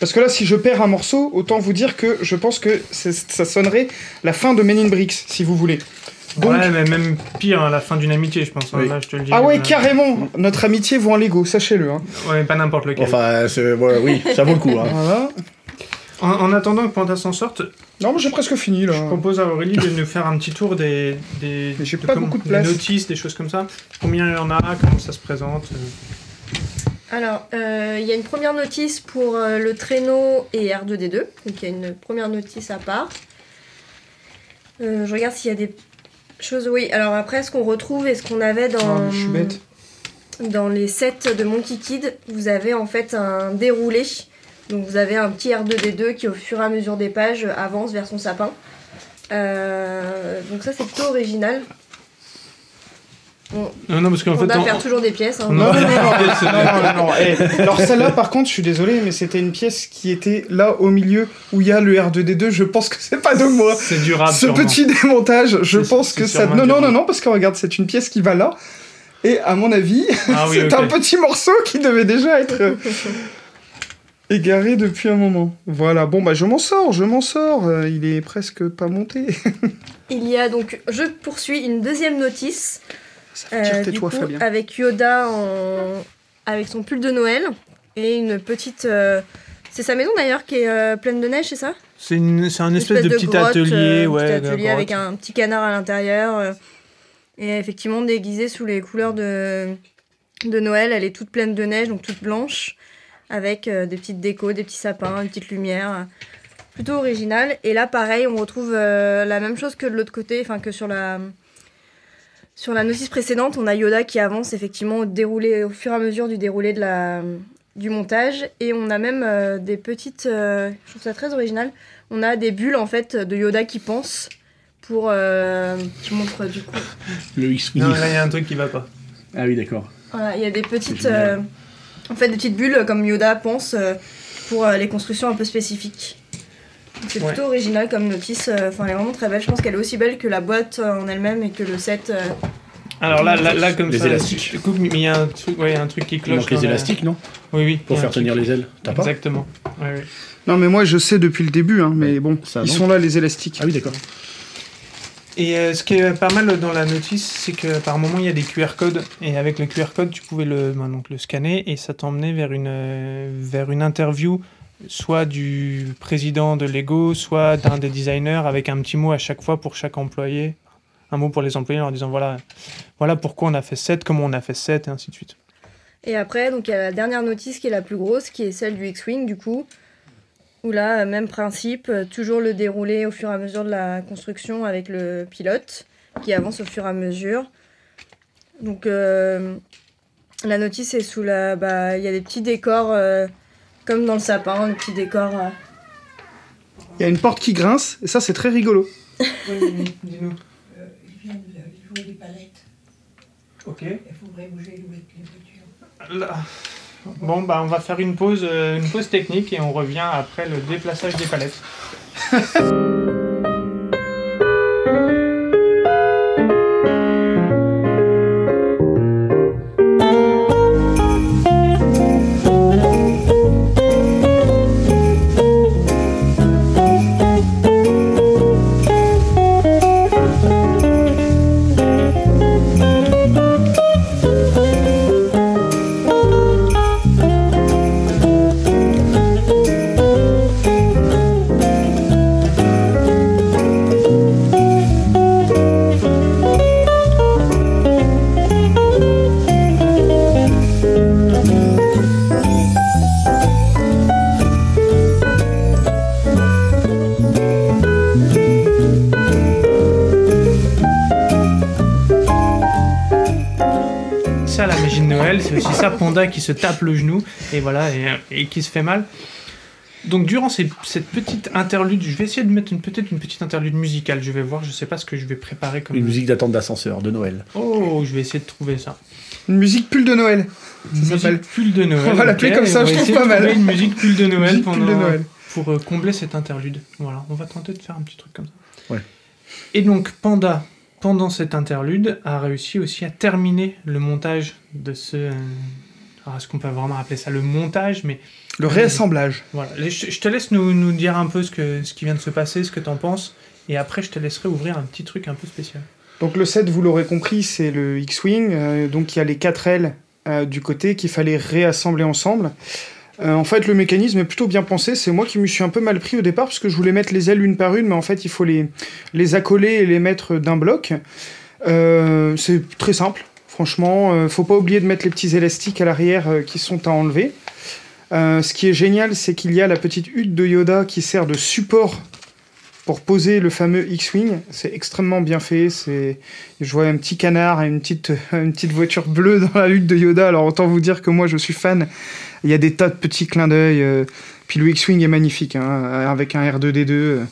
Parce que là, si je perds un morceau, autant vous dire que je pense que c'est- ça sonnerait la fin de Men in Bricks, si vous voulez. Donc-
Ouais, mais même pire, à la fin d'une amitié, je pense. hein,
Oui.
Là, je te le dis.
Ah ouais,
Euh,
carrément Notre amitié vaut un Lego, sachez-le. Hein.
Ouais, pas n'importe lequel.
Enfin, c'est- ouais, oui, ça vaut le coup. Hein.
Voilà.
En, en attendant que Panda s'en sorte,
Non, mais j'ai presque fini là.
je propose à Aurélie de nous faire un petit tour des, des,
Mais j'ai
de
pas beaucoup de
des
place.
notices, des choses comme ça. Combien il y en a, comment ça se présente. euh.
Alors, euh, il y a une première notice pour euh, le traîneau et R2D2. Donc, il y a une première notice à part. Euh, je regarde s'il y a des choses. Oui, alors après, ce qu'on retrouve et ce qu'on avait
Ah,
dans,
mais je suis bête.
dans les sets de Monkey Kid, vous avez en fait un déroulé. Donc, vous avez un petit R2D2 qui, au fur et à mesure des pages, avance vers son sapin. Euh, donc, ça, c'est plutôt original.
Non, non, parce qu'en
on
fait,
va
en-
faire toujours des pièces. hein.
Non.
Non, non, non, non, non, non, non, non, hey. Alors celle-là, par contre, je suis désolé, mais c'était une pièce qui était là au milieu où il y a le R2D2. Je pense que c'est pas de moi.
c'est durable.
Ce
Ah, sûrement.
petit démontage, je
C'est-
pense
c'est
que ça.
sûrement
Non, non,
durable.
non, non, parce que regarde, c'est une pièce qui va là. Et à mon avis,
Ah oui,
c'est
ok.
un petit morceau qui devait déjà être euh, égaré depuis un moment. Voilà, bon, bah je m'en sors, je m'en sors. Euh, il est presque pas monté.
Il y a donc, je poursuis une deuxième notice.
Ça
euh,
fait dire
du
tais-toi,
coup,
Fabien.
avec Yoda en... avec son pull de Noël et une petite. euh, C'est sa maison d'ailleurs qui est euh, pleine de neige, c'est ça
C'est une- c'est un
Une
espèce, de, petit
grotte,
atelier,
euh,
ouais.
petit atelier
d'accord,
avec
ok.
un petit canard à l'intérieur. euh, et effectivement, déguisée sous les couleurs de, de Noël, elle est toute pleine de neige, donc toute blanche, avec euh, des petites décos, des petits sapins, une petite lumière. euh, Plutôt original. Et là, pareil, on retrouve euh, la même chose que de l'autre côté, enfin que sur la. Sur la notice précédente, on a Yoda qui avance effectivement au, déroulé, au fur et à mesure du déroulé de la, du montage. Et on a même euh, des petites. euh, je trouve ça très original. On a des bulles en fait de Yoda qui pense pour. euh, je montre du coup.
Le X-Wing.
Non, là, il y a un truc qui va pas.
Ah oui, d'accord.
Voilà, il y a des petites.
C'est génial.
euh, en fait, des petites bulles euh, comme Yoda pense euh, pour euh, les constructions un peu spécifiques. Donc, C'est
Ouais.
plutôt original comme notice. euh, Enfin, elle est vraiment très belle. Je pense qu'elle est aussi belle que la boîte euh, en elle-même et que le set. euh,
Alors là, là, là comme
Les
ça.
élastiques.
je te coupe, mais il y a un truc, ouais, il y a un truc qui
Il
cloche.
manque les
dans la-
élastiques, non
Oui, oui. il
Pour
y a
faire
un truc.
tenir les ailes. T'as pas
Exactement. Ouais, ouais.
Non, mais moi je sais depuis le début, hein, mais bon,
Ça,
ils
non.
sont là les élastiques.
Ah oui, d'accord.
Et euh, ce qui est pas mal dans la notice, c'est que par moment il y a des QR codes et avec le QR code tu pouvais le ben, donc le scanner et ça t'emmenait vers une euh, vers une interview soit du président de Lego, soit d'un des designers avec un petit mot à chaque fois pour chaque employé, un mot pour les employés en leur disant voilà voilà pourquoi on a fait 7, comment on a fait 7 et ainsi de suite.
Et après, donc, il y a la dernière notice qui est la plus grosse, qui est celle du X-Wing, du coup, où là, euh, même principe, euh, toujours le déroulé au fur et à mesure de la construction avec le pilote, qui avance au fur et à mesure. Donc, euh, la notice est sous la. bah, Il y a des petits décors, euh, comme dans le sapin, des petits décors. euh,
Il y a une porte qui grince, et ça c'est très rigolo.
OK.
Il faudrait bouger les voitures.
Là, Bon, bah, on va faire une pause, euh, une pause technique et on revient après le déplaçage des palettes. ça la magie de Noël, c'est aussi ça Panda qui se tape le genou et voilà et, et qui se fait mal. Donc durant ces- cette petite interlude, je vais essayer de mettre une peut-être une petite interlude musicale. Je vais voir, je sais pas ce que je vais préparer comme
Une musique d'attente d'ascenseur de Noël.
Oh, je vais essayer de trouver ça.
Une musique pull de Noël.
Une
s'appelle-
musique pull de Noël.
On va l'appeler
ok,
comme
et
ça,
on va
je trouve
essayer de
pas mal.
trouver Une musique pull de Noël
Musique pull
pendant
de Noël.
pour euh, combler cette interlude. Voilà, on va tenter de faire un petit truc comme ça.
Ouais.
Et donc Panda, pendant cette interlude, a réussi aussi à terminer le montage de ce. euh, alors, Est-ce qu'on peut vraiment appeler ça le montage Mais
Le réassemblage.
voilà, Les- je je te laisse nous, nous dire un peu ce, que, ce qui vient de se passer, ce que t'en penses, et après je te laisserai ouvrir un petit truc un peu spécial.
Donc le set, vous l'aurez compris, c'est le X-Wing. euh, donc il y a les quatre ailes euh, du côté qu'il fallait réassembler ensemble. Euh, en fait, le mécanisme est plutôt bien pensé. C'est moi qui me suis un peu mal pris au départ parce que je voulais mettre les ailes une par une, mais en fait, il faut les, les accoler et les mettre d'un bloc. Euh, c'est très simple, franchement. Euh, faut pas oublier de mettre les petits élastiques à l'arrière euh, qui sont à enlever. Euh, ce qui est génial, c'est qu'il y a la petite hutte de Yoda qui sert de support pour poser le fameux X-Wing. C'est extrêmement bien fait. C'est, je vois un petit canard et une petite, une petite voiture bleue dans la hutte de Yoda. Alors autant vous dire que moi, je suis fan. Il y a des tas de petits clins d'œil. euh, Puis le X-Wing est magnifique, hein, avec un R2D2. euh,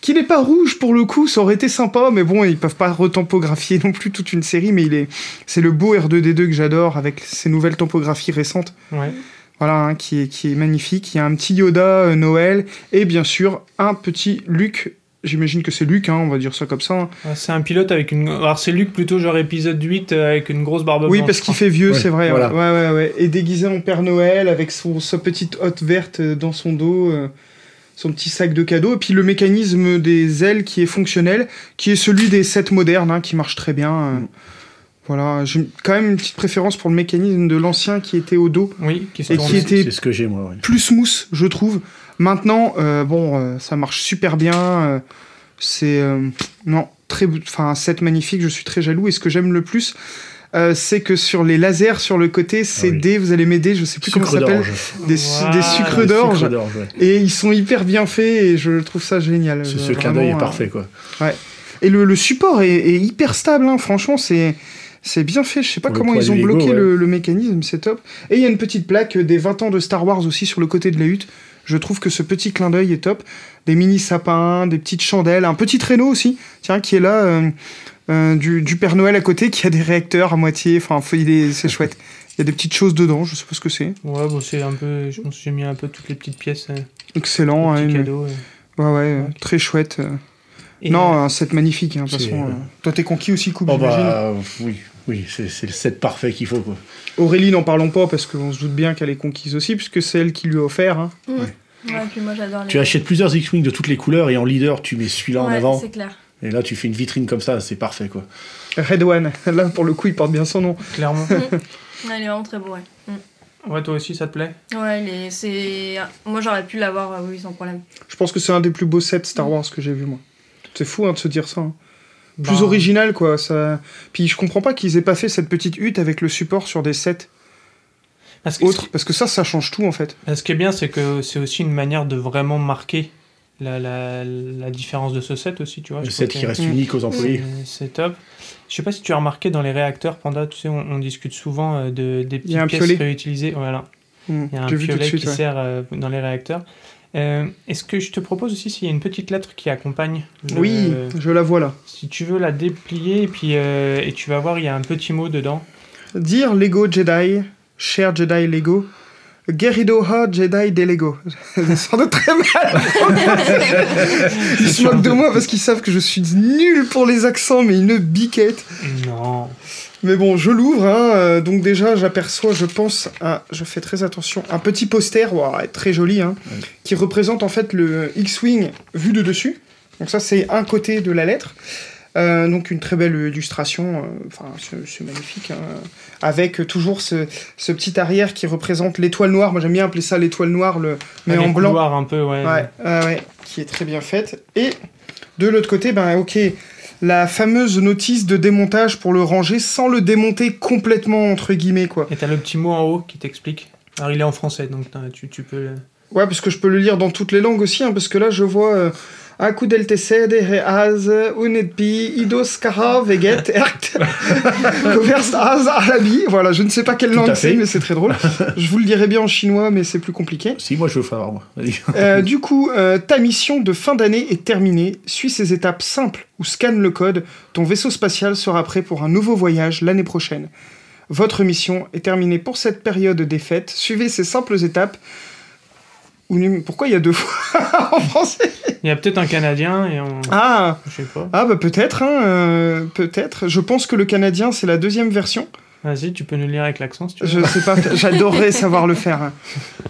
Qu'il n'est pas rouge pour le coup, ça aurait été sympa, mais bon, ils peuvent pas retempographier non plus toute une série, mais il est, c'est le beau R2D2 que j'adore avec ses nouvelles topographies récentes
Ouais.
voilà, hein, qui, est, qui est magnifique. Il y a un petit Yoda euh, Noël et bien sûr un petit Luc. J'imagine que c'est Luc, hein, on va dire ça comme ça. hein.
Ah, C'est un pilote avec une. Alors c'est Luc plutôt genre épisode 8 euh, avec une grosse barbe
Oui,
blanche,
parce
je crois.
qu'il fait vieux,
Ouais,
c'est vrai.
voilà.
Ouais, ouais, ouais. Et déguisé en Père Noël avec son, sa petite hotte verte euh, dans son dos, euh, son petit sac de cadeaux. Et puis le mécanisme des ailes qui est fonctionnel, qui est celui des sets modernes, hein, qui marche très bien. euh.
Mm.
Voilà, j'ai quand même une petite préférence pour le mécanisme de l'ancien qui était au dos.
Oui, qui se
Et
tourne.
qui était
C'est ce que j'ai moi. ouais.
plus mousse, je trouve. Maintenant, euh, bon, euh, ça marche super bien. euh, c'est euh, non très, enfin un set magnifique. Je suis très jaloux. Et ce que j'aime le plus, euh, c'est que sur les lasers sur le côté, c'est
Ah oui.
des, vous allez m'aider, je sais plus comment
Sucre
ça s'appelle,
d'orge.
des,
Voilà.
des
Ah,
sucres
des
d'orge.
sucres d'orge. ouais.
Et ils sont hyper bien faits et je trouve ça génial.
Ce, ce
Vraiment,
clin d'œil
euh,
est parfait quoi.
Et le, le support est, est hyper stable, hein, franchement, c'est. C'est bien fait, je sais pas
Pour le
comment
poids
ils ont
du Lego,
bloqué
ouais.
le, le mécanisme, c'est top. Et il y a une petite plaque euh, des 20 ans de Star Wars aussi sur le côté de la hutte. Je trouve que ce petit clin d'œil est top. Des mini sapins, des petites chandelles, un petit traîneau aussi, tiens, qui est là, euh, euh, du, du Père Noël à côté, qui a des réacteurs à moitié. Enfin, faut- il est- c'est chouette. Il y a des petites choses dedans, je sais pas ce que c'est.
Ouais, bon, c'est un peu. Je pense que j'ai mis un peu toutes les petites pièces. euh,
Excellent,
aux
hein,
petits
une-
cadeaux, euh.
ouais, ouais, euh, très chouette. euh.
Et, euh,
non, un set magnifique, hein, de toute
c'est-
façon. euh. Toi, t'es conquis aussi, Coupe,
Oh
j'imagine.
bah oui, oui, c'est c'est le set parfait qu'il faut quoi.
Aurélie, n'en parlons pas parce qu'on se doute bien qu'elle est conquise aussi, puisque c'est elle qui lui a offert. hein.
Ouais, puis moi j'adore les.
Tu achètes plusieurs X-Wing de toutes les couleurs et en leader tu mets celui-là en
Ouais,
avant
C'est clair.
et là tu fais une vitrine comme ça, c'est parfait quoi.
Red One. Là, pour le coup, il porte bien son nom.
Clairement.
Ouais, il est vraiment très beau, ouais. Mm.
ouais, toi aussi, ça te plaît
Ouais, il est- c'est. Moi j'aurais pu l'avoir, euh, oui, sans problème.
Je pense que c'est un des plus beaux sets Star Wars que j'ai vu, moi. C'est fou hein, de se dire ça. hein. Plus
Bah,
original, quoi. Ça... Puis je comprends pas qu'ils aient pas fait cette petite hutte avec le support sur des sets
Parce que,
autres, parce que ça, ça change tout, en fait.
Ce qui est bien, c'est que c'est aussi une manière de vraiment marquer la, la, la différence de ce set aussi, tu vois.
Le
Je
set
trouve
qui
que-
reste unique aux employés.
Euh, C'est top. Je sais pas si tu as remarqué dans les réacteurs Panda, tu sais, on, on discute souvent euh, de, des
Il y a un
petites pièces
piolet.
réutilisées. Voilà,
Hmm,
il y a un
J'ai vu tout de
piolet
suite.
qui
ouais.
sert euh, dans les réacteurs. Euh, Est-ce que je te propose aussi s'il y a une petite lettre qui accompagne le-
Oui, je la vois là.
Si tu veux la déplier et puis euh, et tu vas voir, il y a un petit mot dedans.
Dire Lego Jedi, cher Jedi Lego, Geridoha Jedi Delego. Sans doute très mal. ils se moquent de moi parce qu'ils savent que je suis nul pour les accents, mais une biquette.
Non.
Mais bon, je l'ouvre. hein, euh, donc déjà, j'aperçois, je pense, un- je fais très attention, un petit poster, ouah, très joli, hein, qui représente en fait le X-Wing vu de dessus. Donc ça, c'est un côté de la lettre. Euh, donc une très belle illustration, euh, enfin c'est- c'est magnifique, hein, avec toujours ce, ce petit arrière qui représente l'étoile noire. Moi j'aime bien appeler ça l'étoile noire, le, mais
Avec
en blanc.
couloir un peu,
Euh,
ouais.
Ouais, ouais, ouais, qui est très bien faite. Et de l'autre côté, ben ok, la fameuse notice de démontage pour le ranger sans le démonter complètement, entre guillemets, quoi.
Et t'as le petit mot en haut qui t'explique. Alors il est en français, donc t'as- tu, tu peux. le-
Ouais, parce que je peux le lire dans toutes les langues aussi, hein, parce que là je vois. Euh... Aku del Tessed, Reaz, Unedpi, Idos, Kara, Veget, Erkt, Govers, Az, Arabi. Voilà, je ne sais pas quelle
Tout à
langue c'est,
fait.
mais c'est très drôle. Je vous le dirai bien en chinois, mais c'est plus compliqué.
Si, moi je veux faire, moi. Vas-y.
Euh, du coup, euh, ta mission de fin d'année est terminée. Suis ces étapes simples ou scanne le code. Ton vaisseau spatial sera prêt pour un nouveau voyage l'année prochaine. Votre mission est terminée pour cette période des fêtes. Suivez ces simples étapes. Ou num- Pourquoi il y a deux fois en français
Il y a peut-être un Canadien et on.
Ah,
Je sais pas.
ah bah peut-être, hein, euh, peut-être. Je pense que le canadien c'est la deuxième version.
Vas-y, tu peux nous le lire avec l'accent si tu veux.
Je sais pas, fa- j'adorais savoir le faire. hein.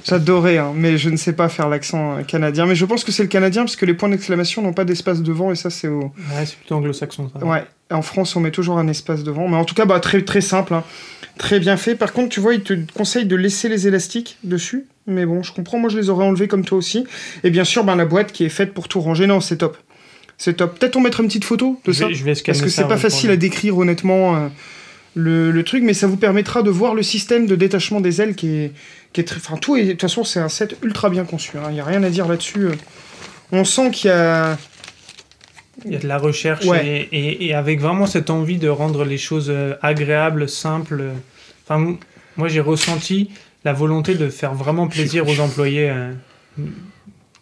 J'adorais, hein, mais je ne sais pas faire l'accent euh, canadien. Mais je pense que c'est le canadien parce que les points d'exclamation n'ont pas d'espace devant et ça c'est au.
Ouais, c'est plutôt anglo-saxon ça.
Ouais. En France, on met toujours un espace devant, mais en tout cas, bah, très très simple, hein. très bien fait. Par contre, tu vois, il te conseille de laisser les élastiques dessus, mais bon, je comprends. Moi, je les aurais enlevés comme toi aussi. Et bien sûr, ben la boîte qui est faite pour tout ranger, non, c'est top, c'est top. Peut-être on mettra une petite photo de
Je
ça.
vais, je vais
Parce
scanner
que
ça,
c'est pas
ouais, pour
facile
le-
à décrire honnêtement euh, le, le truc, mais ça vous permettra de voir le système de détachement des ailes qui est, qui est très. Enfin, tout est. De toute façon, c'est un set ultra bien conçu. Il n'y a rien à dire là-dessus. euh. On sent qu'il y a.
Il y a de la recherche
Ouais.
et, et- et avec vraiment cette envie de rendre les choses euh, agréables, simples. euh. Enfin, m- moi j'ai ressenti la volonté de faire vraiment plaisir aux employés euh,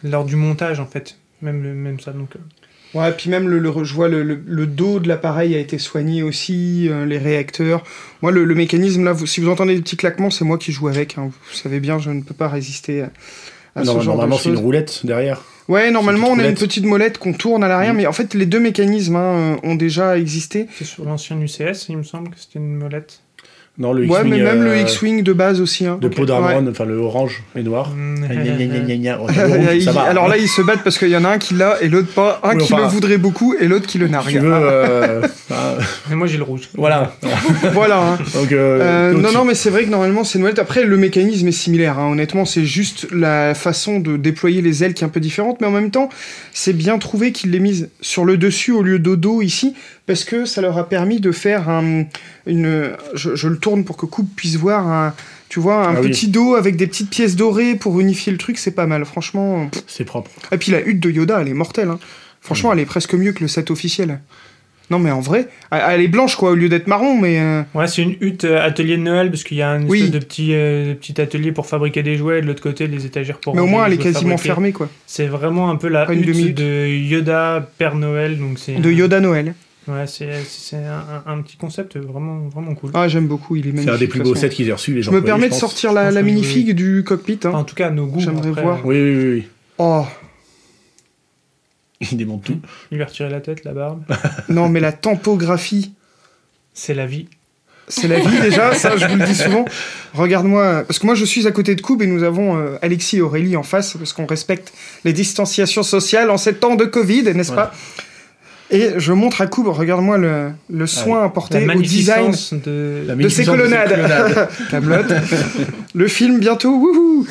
lors du montage en fait. Même, le, même ça, donc. euh,
Ouais, puis même, le, le- je vois le, le- le dos de l'appareil a été soigné aussi, euh, les réacteurs. Moi, le, le mécanisme, là, vous, si vous entendez des petits claquements, c'est moi qui joue avec. hein. Vous savez bien, je ne peux pas résister à, à
Non,
ce genre
normalement,
de
c'est une
choses.
roulette derrière.
Ouais, normalement, on a une
roulette.
petite molette qu'on tourne à l'arrière, mais en fait, les deux mécanismes hein, euh, ont déjà existé.
C'est sur l'ancien UCS, il me semble que c'était une molette.
Non, le
Ouais,
X-Wing.
mais même le
euh,
X-Wing de base aussi. Hein.
De
Ok.
peau
Ouais.
d'Amron, enfin le orange et noir. Gna, gna, gna, gna, gna. Oh, c'est bon,
Il-
ça va.
Alors là, ils se battent parce qu'il y en a un qui l'a et l'autre pas. Un
Oui,
qui
enfin,
le voudrait beaucoup et l'autre qui le
Si tu
nargue.
veux, euh, enfin,
Mais moi j'ai le rouge.
voilà.
voilà. hein.
Donc,
Euh,
euh, donc,
non,
si-
non, mais c'est vrai que normalement c'est une molette. Après, le mécanisme est similaire. hein. Honnêtement, c'est juste la façon de déployer les ailes qui est un peu différente. Mais en même temps, c'est bien trouvé qu'il l'ait mise sur le dessus au lieu de dos ici. Parce que ça leur a permis de faire un, une. Je, je le tourne pour que Coupe puisse voir un. Tu vois, un
Ah oui.
petit dos avec des petites pièces dorées pour unifier le truc, c'est pas mal, franchement.
c'est propre.
Et Ah, puis la hutte de Yoda, elle est mortelle. hein. Franchement, elle est presque mieux que le set officiel. Non, mais en vrai, elle est blanche, quoi, au lieu d'être marron, mais. euh,
Ouais, c'est une hutte euh, atelier de Noël parce qu'il y a un
Oui.
espèce de petit, euh, petit atelier pour fabriquer des jouets et de l'autre côté les étagères pour.
Mais au
ranger
moins,
les
elle est
jouets
quasiment
fabriqués.
fermée, quoi.
C'est vraiment un peu la
Pas une
hutte
demi-hutte.
de Yoda, Père Noël, donc c'est
euh,
De Yoda Noël.
Ouais, c'est c'est un, un- un petit concept vraiment vraiment cool.
Ah, j'aime beaucoup, il est magnifique.
C'est un des plus
de
beaux
toute façon.
sets qu'ils aient reçu, les
Je
gens.
me permets de
pense.
sortir
Je
la,
pense
la
que oui.
minifig du cockpit. hein.
Enfin, en tout cas, à nos goûts.
J'aimerais
après,
voir.
euh,
Oui, oui, oui. oui.
Oh,
Il démonte tout.
Il lui a retiré la tête, la barbe.
non, mais la tempographie,
C'est la vie.
c'est la vie déjà, ça, je vous le dis souvent. Regarde-moi, parce que moi, je suis à côté de Koub et nous avons euh, Alexis et Aurélie en face, parce qu'on respecte les distanciations sociales en ces temps de Covid, n'est-ce pas Et je montre à Koub, regarde-moi le, le soin
La
apporté au design
magnificence de.
La
de ces
magnificence
colonnades. Kaamelott. le film bientôt. wouhou.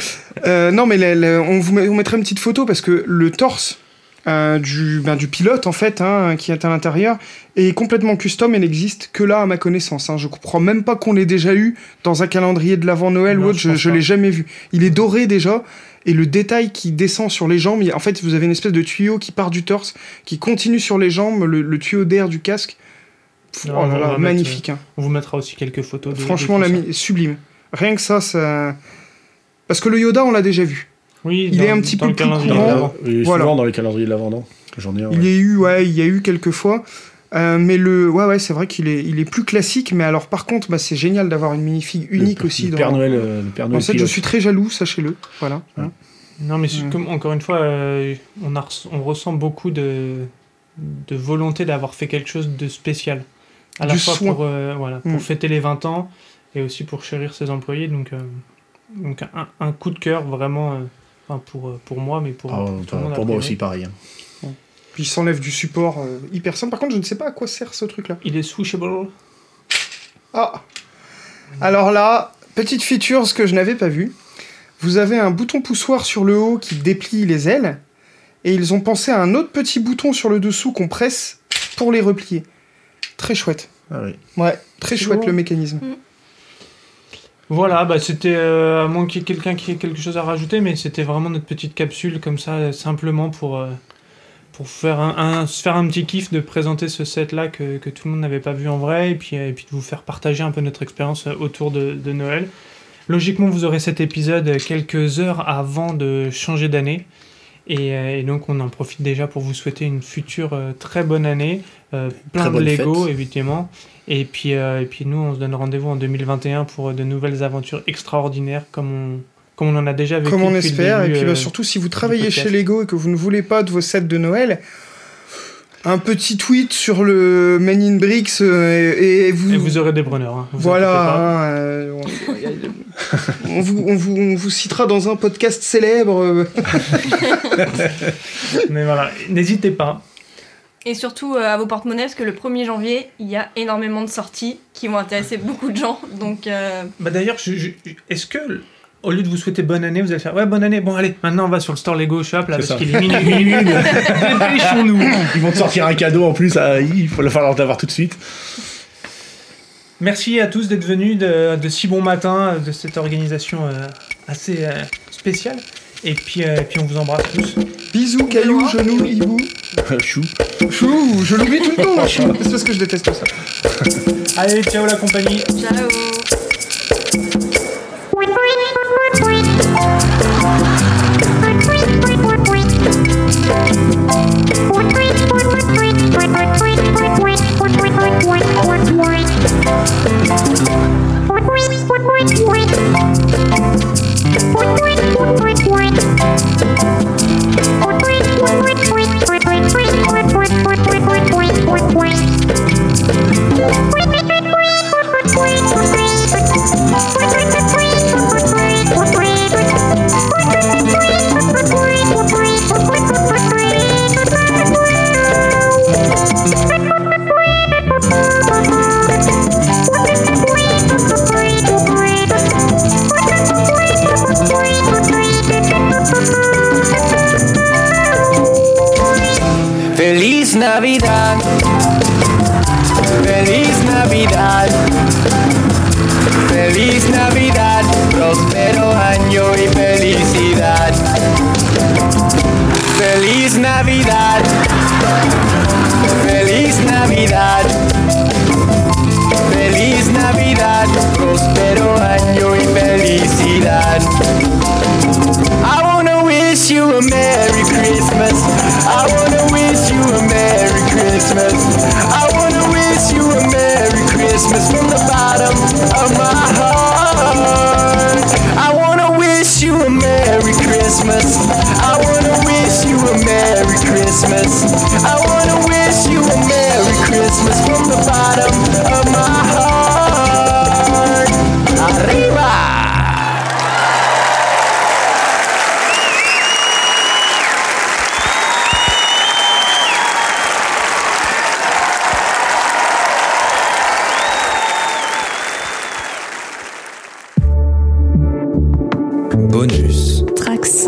Euh, non, mais la- la- on vous met- on mettra une petite photo parce que le torse euh, du, ben, du pilote, en fait, hein, qui est à l'intérieur, est complètement custom et n'existe que là, à ma connaissance. hein. Je comprends même pas qu'on l'ait déjà eu dans un calendrier de l'avant Noël
Non,
ou autre.
je
Je,
pense
je
pas.
l'ai jamais vu. Il est doré déjà. Et le détail qui descend sur les jambes, il y a- en fait, vous avez une espèce de tuyau qui part du torse, qui continue sur les jambes, le, le tuyau d'air du casque. Pff,
Non,
oh
on va
là là,
mettre,
magnifique. hein.
On vous mettra aussi quelques photos. De,
Franchement,
de
la
tout ça.
mi- sublime. Rien que ça, ça. Parce que le Yoda, on l'a déjà vu.
Oui,
il
dans-
est un petit
dans
peu
le
plus
calendrier
Dans,
courant.
d'avant.
oui,
Voilà.
Ah Souvent dans les calendriers de l'avant, non J'en ai un.
Il y a eu, ouais, il y a eu quelques fois. Euh, mais le, ouais, ouais, c'est vrai qu'il est, il est plus classique. Mais alors, par contre, bah, c'est génial d'avoir une minifig unique
le,
aussi.
le
dans-
Père Noël, euh, le Père
En
Noël.
fait, je
pilote.
suis très jaloux, sachez-le. Voilà. hein.
Non, mais c'est
Mm.
comme, encore une fois, euh, on, a res- on ressent beaucoup de, de volonté d'avoir fait quelque chose de spécial. À la
Du
fois
soin.
pour, euh, voilà,
Mm.
pour fêter les 20 ans et aussi pour chérir ses employés. Donc, euh, donc un, un coup de cœur vraiment, euh, enfin, pour, euh, pour moi, mais pour,
Ah,
pour tout le monde
pour moi
a priori.
aussi, pareil. hein.
Puis il s'enlève du support euh, hyper simple. Par contre, je ne sais pas à quoi sert ce truc-là.
Il est swishable.
Ah Alors là, petite feature, ce que je n'avais pas vu. Vous avez un bouton poussoir sur le haut qui déplie les ailes, et ils ont pensé à un autre petit bouton sur le dessous qu'on presse pour les replier. Très chouette.
Ah oui.
Ouais, très
C'est
chouette
bon.
le mécanisme.
Voilà, bah c'était euh, à moins qu'il y ait quelqu'un qui ait quelque chose à rajouter, mais c'était vraiment notre petite capsule comme ça, euh, simplement pour, euh, pour faire un, un- se faire un petit kiff de présenter ce set-là que, que tout le monde n'avait pas vu en vrai, et puis, euh, et puis de vous faire partager un peu notre expérience euh, autour de, de Noël. Logiquement, vous aurez cet épisode quelques heures avant de changer d'année. Et, euh, et donc, on en profite déjà pour vous souhaiter une future euh, très bonne année, euh, plein
Très
de
bonne
Lego,
fête.
évidemment. Et puis, euh, et puis, nous, on se donne rendez-vous en 2021 pour euh, de nouvelles aventures extraordinaires, comme on, comme on en a déjà vécu.
Comme on
depuis le
espère.
début,
et puis bah,
euh,
surtout, si vous travaillez
podcast.
chez Lego et que vous ne voulez pas de vos sets de Noël, un petit tweet sur le Man in Bricks euh, et, et vous,
Et vous aurez des Brunner. hein, vous inquiétez
Voilà,
pas.
hein, euh, on, on vous, on vous- on vous citera dans un podcast célèbre. euh.
Mais voilà, n'hésitez pas.
Et surtout euh, à vos porte-monnaies, parce que le 1er janvier, il y a énormément de sorties qui vont intéresser beaucoup de gens. Donc, euh,
Bah d'ailleurs, je- je- je- est-ce que au lieu de vous souhaiter bonne année, vous allez faire ouais bonne année. Bon allez, maintenant on va sur le store Lego Shop là
C'est
parce
ça.
qu'il est minuit. minuit, mais Dépêchons-nous.
Ils vont te sortir un cadeau en plus, ah, il faut le falloir t'avoir tout de suite.
Merci à tous d'être venus de, de si bon matin de cette organisation euh, assez euh, spéciale. Et puis, euh, et puis on vous embrasse tous.
Bisous, cailloux, genoux, hibou.
Chou.
Chou, je l'oublie tout le temps, moi, chou. C'est parce que je déteste ça.
Allez, ciao la compagnie.
ciao
Feliz Navidad. Feliz Navidad. Feliz Navidad. Prospero año y felicidad. Feliz Navidad. Feliz Navidad. Feliz Navidad. Prospero año y felicidad. I wanna wish you a Merry Christmas. I wanna wish you a Merry Christmas. I wanna wish you a Merry Christmas from the bottom of my heart. I wanna wish you a Merry Christmas. I wanna wish you a Merry Christmas. I wanna wish you a Merry Christmas from the bottom of my heart. Arriba!
Bonus.
Trax.